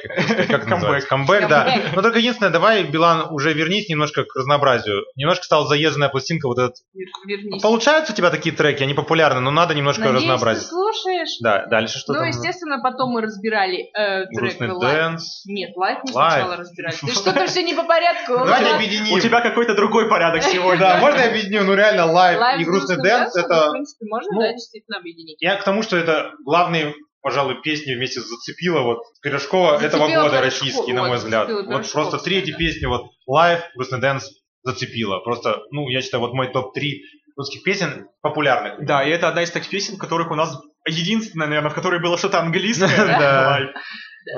C: как это называется? Камбэк, да.
B: Камбэк.
C: Но только единственное, давай, Билан, уже вернись немножко к разнообразию. Немножко стала заезженная пластинка вот этот.
B: Вер- Вернись.
C: Получаются у тебя такие треки, они популярны, но надо немножко
B: Надеюсь, ты
C: А разнообразить.
B: слушаешь.
C: Да, дальше что
B: ну,
C: там?
B: естественно, потом мы разбирали э, трек
C: Грустный
B: «Лайф».
C: дэнс.
B: Нет, лайф мы
C: Лайф.
B: сначала разбирали.
C: *laughs*
B: Да что-то все не по порядку.
C: Давайте
B: Вот.
C: объединим.
A: У тебя какой-то другой порядок сегодня.
C: Да, можно я объединю? Ну реально, лайв
B: Лайф
C: и грустный
B: «Грустный
C: дэнс,
B: дэнс»,
C: это
B: В принципе, можно,
C: ну,
B: да, действительно объединить.
C: Я к тому, что это главные, пожалуй, песни вместе зацепила вот Пирожкова
B: Зацепила
C: этого года
B: Пирожкова,
C: российский, на мой
B: вот,
C: взгляд.
B: зацепила
C: Вот
B: Пирожкова,
C: просто три эти
B: да.
C: песни, вот Live, Грустный Дэнс зацепила. Просто, ну, я считаю, вот мой топ-3 русских песен популярных.
A: Да, и это одна из таких песен, в которых у нас единственная, наверное, в которой было что-то английское.
C: *laughs* *laughs* Да.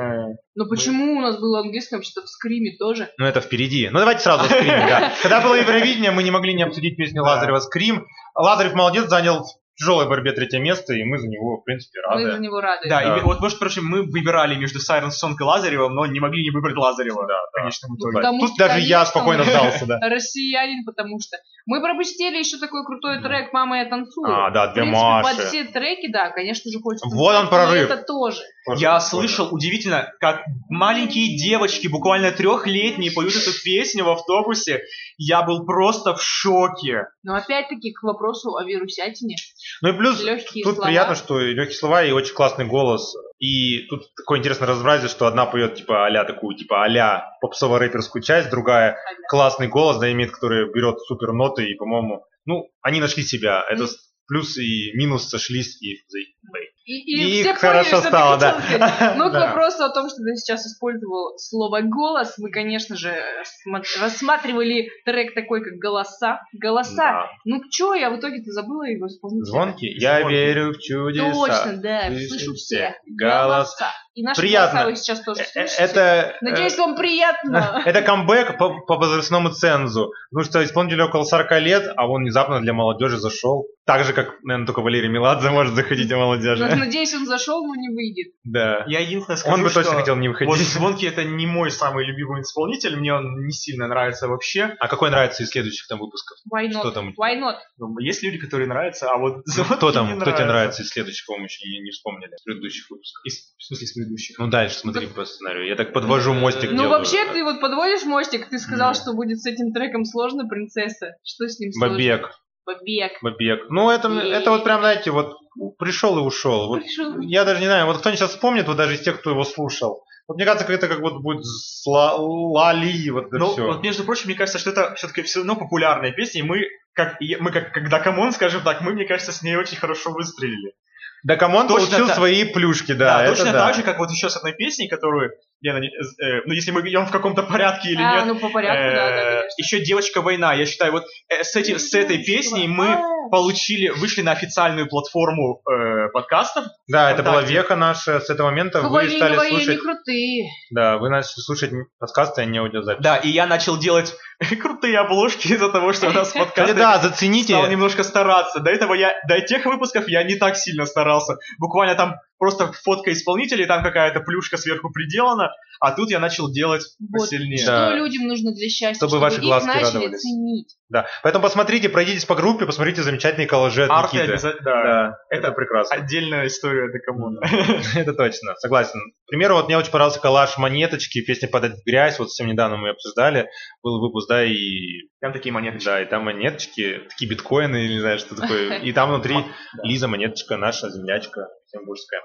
A: Э,
B: Но почему у нас было английское вообще-то в скриме тоже?
C: Но это впереди. Ну давайте сразу скрим, да. Когда было Евровидение, мы не могли не обсудить песню
A: Да.
C: Лазарева «Скрим». Лазарев молодец, занял в тяжелой борьбе третье место, и мы за него, в принципе,
B: Мы за
C: рады.
B: него рады.
A: Да,
C: Да.
A: и вот, может, короче, мы выбирали между Siren Song и Лазаревым, но не могли не выбрать Лазарева. Да, в конечном
B: Ну,
A: итоге.
B: потому
C: Тут
B: что,
C: даже я
B: конечно,
C: спокойно
B: мы
C: сдался, да.
B: *laughs* Россиянин, потому что мы пропустили еще такой крутой
C: Да.
B: трек «Мама, я танцую».
C: А, да,
B: В
C: для
B: принципе,
C: Маши.
B: Под все треки, да, конечно же, хочется.
C: Вот
B: танцевать,
C: он прорыв.
B: но Это тоже.
A: Я слышал, удивительно, как маленькие девочки, буквально трехлетние, поют эту песню в автобусе. Я был просто в шоке.
B: Но опять-таки к вопросу о вирусятине.
C: Ну и плюс
B: Легкие
C: Тут
B: слова.
C: приятно, что легкие слова и очень классный голос. И тут такое интересное разнообразие, что одна поет типа а такую, типа а-ля попсово-рэперскую часть, другая классный голос, да, имеет, который берет супер ноты, и, по-моему, ну, они нашли себя. Это с- плюс и минус сошлись и взаимодействовали.
B: И,
C: И
B: и все
C: хорошо
B: поняли, что
C: стало,
B: ты хотел
C: да. *laughs*
B: сказать. Ну, к
C: Да.
B: вопросу о том, что ты сейчас использовал слово «голос», мы, конечно же, рассма- рассматривали трек такой, как «Голоса». «Голоса».
C: Да.
B: Ну, чё, я в итоге-то забыла его исполнить.
C: Звонки. Я
A: Звонки.
C: верю в чудеса.
B: Точно, да,
C: Слышу
B: слышу
C: все.
B: все.
C: Голос.
B: И наши
C: Приятно.
B: голоса вы сейчас тоже
C: Э, э,
B: слышите.
C: Это... э,
B: Надеюсь, вам
C: *laughs*
B: приятно.
C: Это камбэк по, по возрастному цензу. Потому что исполнителю около 40 лет, а он внезапно для молодежи зашел. Так же, как, наверное, только Валерий Меладзе может заходить для молодежи.
B: Надеюсь, он зашел, но не выйдет.
C: Да.
A: Я единственное скажу,
C: Он бы точно
A: что
C: хотел не
A: Вот
C: выходить.
A: звонки это не мой самый любимый исполнитель, мне он не сильно нравится вообще.
C: А какой нравится из следующих
A: *laughs*
C: там выпусков?
B: Why
C: Что
B: not?
C: там?
B: Why not?
A: Ну, Есть люди, которые нравятся, а вот звонки
C: Ну, Кто там?
A: не
C: Кто тебе нравится из следующих, по-моему, еще не, не вспомнили. Из предыдущих выпусков.
A: Из- в смысле, с предыдущих. Э,
C: Ну дальше смотри по сценарию. Я так подвожу мостик.
B: Ну,
C: делаю.
B: вообще, ты вот подводишь мостик, ты сказал,
C: Да.
B: что будет с этим треком сложно, принцесса. Что с ним сложно?
C: Бабек.
B: Бабек.
C: Бабек. Ну, это,
B: И-
C: это вот прям, знаете, вот пришел и ушел. Вот
B: Пришел.
C: Я даже не знаю, вот кто сейчас вспомнит, вот даже из тех, кто его слушал. Вот мне кажется, как это как вот будет с ла- лали, вот это
A: Ну,
C: все.
A: вот, между прочим, мне кажется, что это все-таки все равно популярная песня, и мы, как, и мы как, когда камон, скажем так, мы, мне кажется, с ней очень хорошо выстрелили.
C: Да Камон
A: Точно
C: получил
A: та-
C: свои плюшки, да. это
A: точно
C: да.
A: так же, как вот еще с одной песней, которую, Лена, не- э, ну, если мы идем в каком-то порядке или
B: а,
A: нет,
B: ну по порядку, да, да,
A: э,
B: конечно.
A: еще «Девочка война», я считаю, вот э, с, эти- с этой песней мы
B: А,
A: получили, вышли на официальную платформу э, подкастов.
C: Да, это была
A: ВКонтакте.
C: века наша. С этого момента вы
B: А, Говори,
C: стали
B: говори, не
C: слушать.
B: крутые.
C: Да, вы начали слушать подкасты, а не аудиозаписи.
A: Да, и я начал делать *laughs* крутые обложки из-за того, что у
B: *laughs*
A: нас
C: Кстати,
A: подкасты
C: да, зацените.
A: стал немножко стараться. До этого я, до тех выпусков я не так сильно старался. Буквально там просто фотка исполнителей, там какая-то плюшка сверху приделана, а тут я начал делать
B: Вот.
A: посильнее.
C: Да.
B: Что людям нужно для счастья,
C: Чтобы ваши
B: их
C: глазки
B: начали
C: радовались.
B: ценить.
C: Да. Поэтому посмотрите, пройдитесь по группе, посмотрите замечательные коллажи от
A: Арты
C: Никиты.
A: обязательно, да.
C: Да,
A: Это
C: это прекрасно.
A: Отдельная история до коммуна.
C: *laughs* Это точно, согласен. К примеру, вот мне очень понравился коллаж «Монеточки», песня «Подать в грязь», вот совсем недавно мы ее обсуждали, был выпуск, да, и,
A: Прям такие монеточки.
C: да, и там монеточки, такие биткоины, или не знаю, что
B: *laughs*
C: такое, и там внутри Лиза Монеточка, наша землячка петербургская.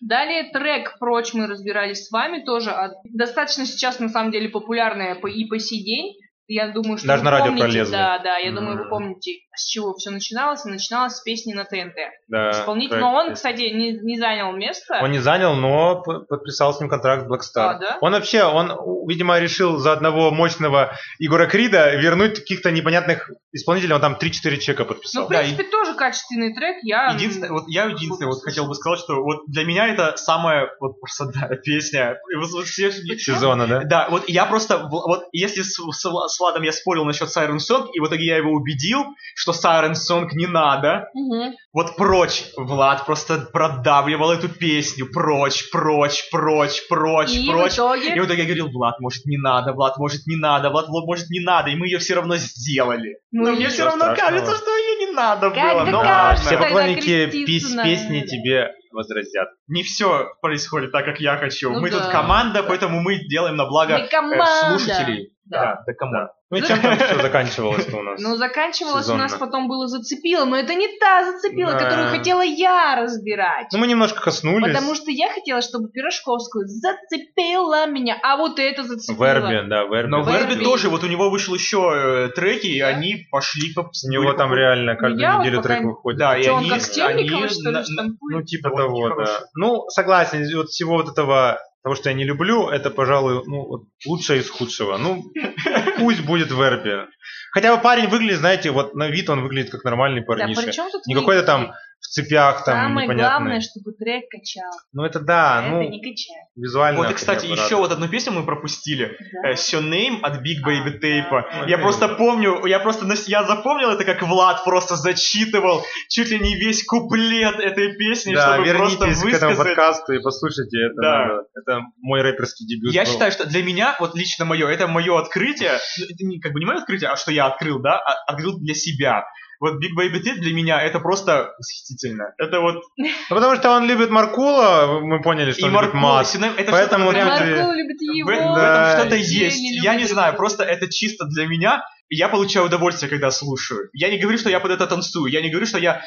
B: Далее трек «Прочь» мы разбирались с вами тоже. от- Достаточно сейчас, на самом деле, популярная по- и по сей день. Я думаю, что
C: Даже
B: вы
C: на радио
B: помните,
C: пролезли.
B: Да, да, я думаю, вы
C: М.
B: помните, с чего все начиналось. И Начиналось с песни на ТНТ.
C: Да,
B: Исполнитель,
C: проект
B: но он,
C: есть.
B: кстати, не, не занял место.
C: Он не занял, но п- подписал с ним контракт Black Star.
B: А, да?
C: Он вообще, он, у- видимо, решил за одного мощного Егора Крида вернуть каких-то непонятных исполнителей. Он там 3-4 чека
B: Ну, в
C: подписал.
A: да,
B: принципе, тоже качественный трек. Я...
A: Единственное, вот я единственное, вот
B: слушай.
A: хотел бы сказать, что вот для меня это самая вот простая *laughs* песня. И вот- вот все-
C: Сезона, да?
A: Да, вот я просто, в- вот если с, с Ла- с Владом я спорил насчет Siren Song, и в итоге я его убедил, что Siren Song не надо,
B: Мгм.
A: Вот прочь, Влад просто продавливал эту песню. Прочь, прочь, прочь, прочь,
B: И в
A: прочь.
B: итоге...
A: И вот я говорил, Влад, может, не надо, Влад, может, не надо, Влад, Влад, может, не надо, и мы ее все равно сделали.
B: Ну
A: Но
B: и
A: мне
B: чё
A: все равно
C: страшного?
A: кажется, что ее не надо
B: Как
A: было.
B: да
A: Ну
B: как
A: ладно.
B: же
C: все
B: тогда,
C: поклонники пис-
B: Кристина?
C: песни тебе возразят.
A: Не все происходит так, как я хочу.
B: Ну
A: мы
B: да.
A: тут команда, поэтому мы делаем на благо
B: Мы
A: э,
B: команда.
A: слушателей.
B: Да.
A: да камон.
C: Ну и чем там все заканчивалось-то у нас?
B: Ну, заканчивалось у нас
C: Сезонно.
B: потом было зацепило, но это не та зацепила,
C: Да.
B: которую хотела я разбирать.
C: Ну, мы немножко коснулись.
B: Потому что я хотела, чтобы Пирожковскую зацепила меня, а вот это зацепило.
C: Верби, да, Верби.
A: Но
B: Верби.
A: Верби тоже, вот у него вышел еще э, треки, и
B: Да.
A: они пошли по
C: У него там реально каждую
B: Ну, Я вот
C: неделю
B: пока
C: трек
B: не-
C: выходит.
A: Да, и
B: Что, он
A: они-
B: как Стельникова,
A: они
B: что
A: на-
B: ли,
A: на-
B: штампует?
A: Ну, типа
C: Типа
A: того,
C: того, да. Ну, согласен, из вот всего вот этого, того, что я не люблю, это, пожалуй, ну, вот лучшее из худшего. Ну, пусть будет Верби. Хотя бы парень выглядит, знаете, вот на вид он выглядит как нормальный
B: Да,
C: парнишка.
B: причем тут
C: не какой-то там
B: выигрыши?
C: в цепях там
B: Самое
C: непонятные.
B: главное, чтобы трек качал.
C: Ну это да,
B: а
C: ну
B: это не качает.
C: визуально.
A: Вот и, кстати,
C: хотя бы
A: еще
C: рада.
A: вот одну песню мы пропустили.
B: Да.
A: Э, Your Name от Big Baby
B: А,
A: Tape.
C: да.
A: Я просто помню, я просто нас- я запомнил это, как Влад просто зачитывал чуть ли не весь куплет этой песни,
C: Да,
A: чтобы просто
C: вернитесь к этому
A: высказать.
C: подкасту и послушайте. Это,
A: Да.
C: надо. это мой рэперский дебют.
A: Я
C: был.
A: считаю, что для меня, вот лично мое, это мое открытие, ну, это не, как бы не мое открытие, а что я открыл, да, а открыл для себя. Вот Big Baby Tape для меня это просто восхитительно. Это вот
C: Ну, потому что он любит Маркула, мы поняли, что
A: и
C: он
A: Маркул,
C: любит Мас.
A: и Синем- это
C: Поэтому
A: что-то прям-
C: вот эти-
B: Маркул А любит
A: в,
B: его.
A: э- в
C: Да.
A: этом что-то
B: Евгений
A: есть. я
B: любит
A: не
B: его.
A: знаю, просто это чисто для меня. И я получаю удовольствие, когда слушаю. Я не говорю, что я под это танцую. Я не говорю, что я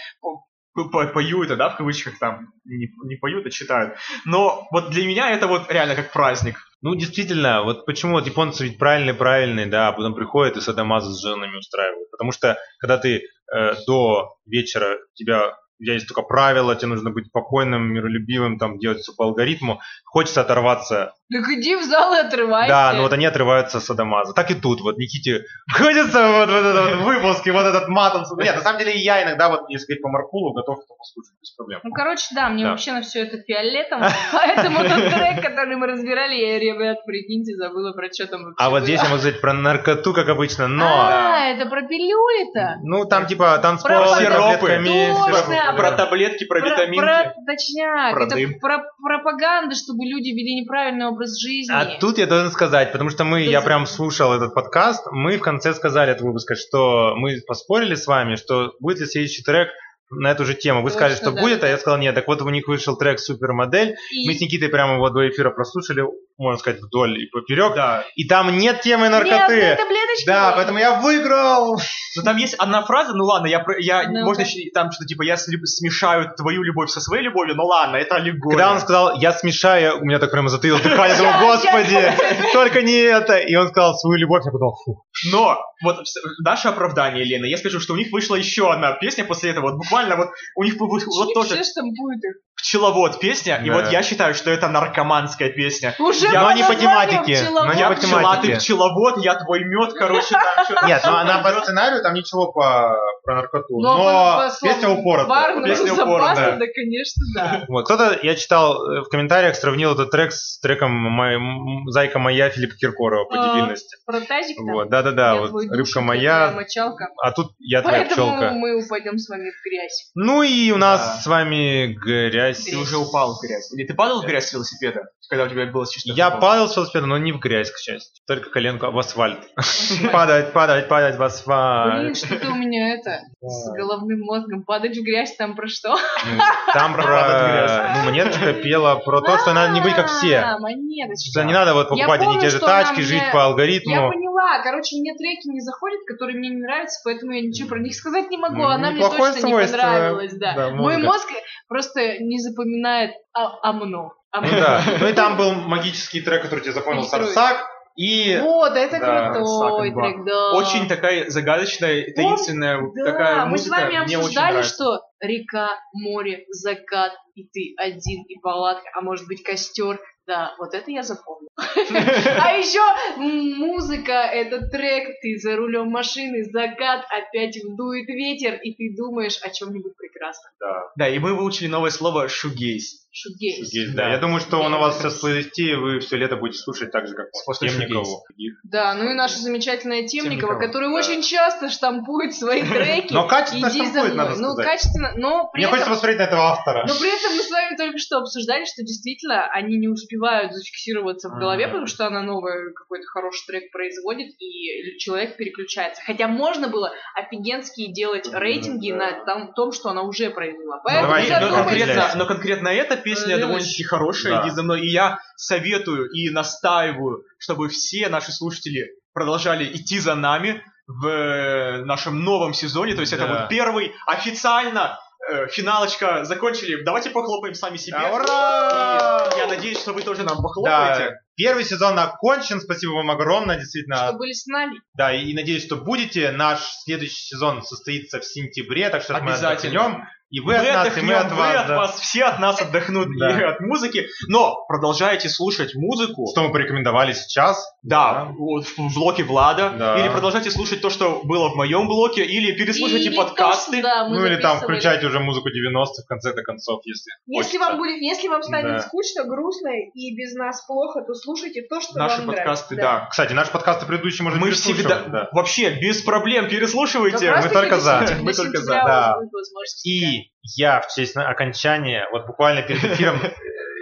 A: по- по- пою это, да, в кавычках там. Не, не пою, это читаю. Но вот для меня это вот реально как праздник.
C: Ну, действительно, вот почему вот японцы ведь правильные-правильные, да, а потом приходят и садомазы с женами устраивают. Потому что, когда ты э, до вечера, у тебя, у тебя есть только правила, тебе нужно быть спокойным, миролюбивым, там, делать все по алгоритму, хочется оторваться.
B: Так иди в зал и отрывайся.
C: Да, но вот они отрываются с садомаза. Так и тут, вот Никите *laughs* хочется вот, вот этот вот выпуск и вот этот матом. Нет, на самом деле и я иногда, вот, если говорить по Маркулу, готов это послушать без проблем.
B: Ну, короче, да, мне
C: Да.
B: вообще на все это фиолетом,
C: *laughs*
B: поэтому тот трек, который мы разбирали, я, ребят, прикиньте, забыла про что там вообще.
C: А вот
B: было.
C: здесь я могу сказать про наркоту, как обычно, но...
B: А, это про пилюли-то?
C: Ну, там типа танцпол
B: Про Ну,
C: с
A: сиропы.
C: таблетками.
B: Точно,
A: Про таблетки, Ну, про, витаминки.
B: Про, точняк,
A: Про
B: это
A: дым.
B: про пропаганда, чтобы люди вели неправильный образ жизни.
C: А тут я должен сказать, потому что мы, я
B: Ты-
C: прям слушал этот подкаст, мы в конце сказали от выпуска, что мы поспорили с вами, что будет ли следующий трек на эту же тему. Вы
B: Точно,
C: сказали, что
B: да.
C: будет, а я сказал, нет, так вот у них вышел трек «Супермодель».
B: И-
C: Мы с Никитой прямо его до эфира прослушали, можно сказать, вдоль и поперек.
A: Да.
C: И там нет темы наркоты.
B: Нет, ну, таблеточки
C: да,
B: были.
C: поэтому я выиграл.
A: Но там есть одна фраза, ну ладно, я, про- я
B: Ну-ка.
A: можно еще и там что-то типа я сли- смешаю твою любовь со своей любовью, ну ладно, это аллегория.
C: Когда он сказал, я смешаю, у меня так прямо затаило дыхание, думал,
B: *laughs* Я-
C: господи, только не это. И он сказал свою любовь, я подумал, фу.
A: Но вот вс- наше оправдание, Лена, я скажу, что у них вышла еще одна песня после этого, вот буквально вот у них вы- вот,
B: Чип,
A: тоже
B: штампует их.
A: пчеловод песня, и
C: Да.
A: вот я считаю, что это наркоманская песня.
B: Уже
C: Я-
B: по
C: но не по
B: названию
C: тематике,
B: пчеловод.
C: но не
A: Я
C: по
A: пчела, ты
C: тематике.
A: пчеловод, я твой мед, короче, там что-то.
C: Нет, ну она по сценарию там ничего по, про
B: Но
C: наркоту, но,
B: Ну, а по- по словам
C: песня упоротая.
B: Барна
A: Песня
B: Руза
A: упора,
B: Баста,
A: да.
B: да, конечно, да.
C: Вот, кто-то, я читал э, в комментариях, сравнил этот трек с треком моя- м, «Зайка моя» Филиппа Киркорова по
B: А,
C: дебильности.
B: Про тазик там.
C: Вот, да-да-да,
B: Я
C: вот
B: твой
C: «Рыбка
B: душик, я твоя
C: моя»,
B: мочалка.
C: а тут «Я твоя
B: Поэтому
C: пчелка».
B: мы упадем с вами в грязь.
C: Ну и у
A: Да.
C: нас с вами грязь.
A: Ты уже упал в грязь. Или ты падал в грязь с велосипеда, когда у тебя было чисто?
C: Я
A: падал.
C: падал с велосипеда, но не в грязь, к счастью. Только коленку в асфальт. *laughs* Падать, падать, падать в
B: Блин,
C: асфальт.
B: что-то у меня это, с головным мозгом. Падать в грязь там про что?
C: Ну, Там
A: Падать в
C: про...
A: грязь.
C: Ну, Монеточка пела про то, что надо не быть как все.
B: А, монеточка.
C: Что не надо
B: Я
C: вот покупать одни и
B: помню,
C: те же
B: что она
C: тачки,
B: мне-
C: жить по
B: Я
C: алгоритму.
B: поняла. Короче, мне треки не заходят, которые мне не нравятся, поэтому я ничего про них сказать не могу.
C: Ну,
B: Она мне
C: неплохое
B: точно не
C: свойство,
B: понравилась, да.
C: да,
B: Мой
C: мозга.
B: мозг просто не запоминает о, о мно. О
C: Ну
B: мно.
C: да. Ну и там был магический трек, который тебе запомнил
B: Фильтруй.
C: Сарсак. И
B: Вот, это
C: Да,
B: крутой
A: Suck and Bang.
B: трек, Ну да. Ну
A: Очень такая загадочная, таинственная вот
B: Да,
A: такая
B: мы с
A: музыка.
B: вами
A: Мне очень
B: обсуждали,
A: нравится.
B: что река, море, закат, и ты один, и палатка, а может быть костер. Да, вот это я
C: *laughs*
B: запомнил. А еще м, музыка, этот трек, ты за рулем машины, закат, опять вдует ветер, и ты думаешь о чем-нибудь прекрасном.
C: Да.
A: Да, и мы выучили новое слово шугейс.
B: Шугейс.
C: Есть, да. Я думаю, что он у вас сейчас в плейлисте, и вы все лето будете слушать так же, как он.
A: После
C: Темникову.
B: Да, ну и наша замечательная Темникова,
A: Темникова,
B: которая
C: да.
B: очень часто штампует
C: *laughs*
B: свои треки.
C: Но качественно
B: «Иди за
C: штампует,
B: мной».
C: надо
B: Ну,
C: сказать.
B: качественно, но при этом...
C: Мне
B: Ну,
C: хочется посмотреть на этого автора.
B: Но при этом мы с вами только что обсуждали, что действительно они не успевают зафиксироваться в голове,
A: Ага.
B: потому что она новый какой-то хороший трек производит, и человек переключается. Хотя можно было офигенские делать
C: Да.
B: рейтинги на том, том, что она уже произвела.
A: Но,
B: Поэтому
C: давайте,
B: я
A: но
C: ну,
B: думаю,
A: конкретно,
C: определяйся.
A: но конкретно эта песня
B: Э,
A: довольно-таки хорошая,
C: Да.
A: иди за мной. И я советую и настаиваю, чтобы все наши слушатели продолжали идти за нами в э, нашем новом сезоне. То есть это
C: Да.
A: вот первый официально э, финалочка закончили. Давайте похлопаем сами себе.
C: Да, Ура!
A: И Я надеюсь, что вы тоже нам
C: Да.
A: похлопаете.
C: Первый сезон окончен. Спасибо вам огромное, действительно.
B: что были с нами.
C: Да, и, и надеюсь, что будете. Наш следующий сезон состоится в сентябре, так что мы
A: Обязательно.
C: отдохнем. И вы от нас, и
A: отдохнем,
C: мы от
A: вы
C: вас.
A: от
C: да.
A: вас, все от нас отдохнут
C: Да.
A: и от музыки. Но продолжайте слушать музыку.
C: Что мы порекомендовали сейчас.
A: Да,
C: Да.
A: вот в блоке Влада.
C: Да.
A: Или продолжайте слушать то, что было в моем блоке, или переслушайте
B: Или то,
A: подкасты.
B: что, да, А мы
C: ну или там
B: записывали.
C: включайте уже музыку 90-х в конце-то концов, если
B: Если
C: хочется.
B: вам, будет, если вам станет
C: Да.
B: скучно, грустно и без нас плохо, то слушайте то, что
A: Наши
B: вам
A: подкасты,
B: нравится.
A: да.
C: А, Кстати, наши подкасты предыдущие можно
A: Мы
C: переслушивать,
A: всегда
C: да.
A: вообще без проблем переслушивайте.
B: Как раз
C: мы
B: таки
C: только
B: до
C: за.
B: сентября-
C: Мы
B: до
C: только за,
B: сентября у
C: да.
B: вас будет возможность.
C: И я в честь на- окончания, вот буквально перед эфиром, э,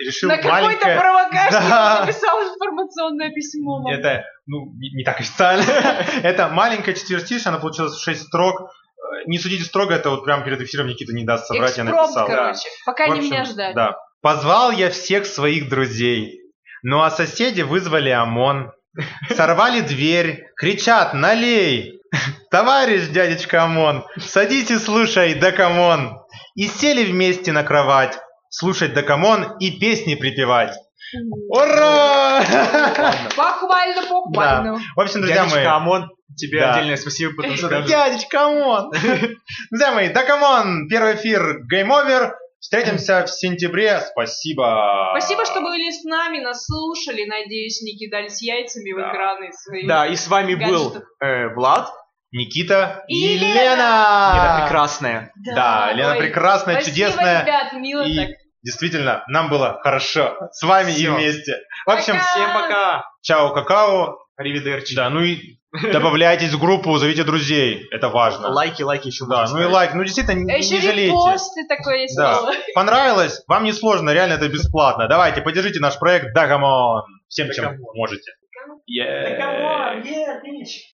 C: решил
B: На какой-то
C: маленькое...
B: провокации
C: Да.
B: он написал информационное письмо. вам.
C: Это, ну, не не так официально. *laughs* Это маленькая четвертишь, она получилась в 6 строк. Э, Не судите строго, это вот прямо перед эфиром Никита не даст собрать, я
B: Экспромт,
C: написал.
B: короче. Пока
C: В
B: они
C: общем,
B: меня ждали.
C: Да. Позвал я всех своих друзей. Ну а соседи вызвали ОМОН. Сорвали дверь. Кричат, налей! Товарищ дядечка ОМОН, садись и слушай, да камон! И сели вместе на кровать. Слушать да камон и песни припевать. Ура!
B: Буквально, буквально.
C: В общем, друзья
A: Дядечка
C: мои,
A: ОМОН, тебе
C: Да.
A: отдельное спасибо, потому что даже-
C: Дядечка, камон! Друзья мои, да камон! Первый эфир Game Over. Встретимся в сентябре. Спасибо.
B: Спасибо, что были с нами, нас слушали. Надеюсь, не кидались яйцами в
C: Да.
B: экраны свои.
A: Да, и с вами был
B: Гаджетов.
A: э, Влад,
C: Никита
B: И
C: и
B: Лена.
C: А.
A: Лена
C: Лена.
A: Прекрасная.
C: Да, Лена
B: ой.
C: прекрасная,
B: Спасибо,
C: чудесная.
B: ребят, мило
C: И
B: так.
C: действительно, нам было хорошо с вами и
A: Всё.
C: вместе. В общем,
B: Пока.
A: Всем пока.
C: чао, какао.
A: Аривидерчи.
C: Да, ну и добавляйтесь в группу, зовите друзей. Это важно.
A: Лайки, лайки еще
C: Да,
A: можно
C: ну и
A: ставить.
C: лайк. Ну действительно, не
B: А еще
C: не жалейте.
B: репосты такое есть
C: Да.
B: слово.
C: Понравилось? Вам не сложно, реально это бесплатно. Давайте, поддержите наш проект Дагамон. Всем,
A: Да
C: чем
A: камон.
C: можете.
A: Да
C: Е-е-е.
A: камон, yeah, bitch.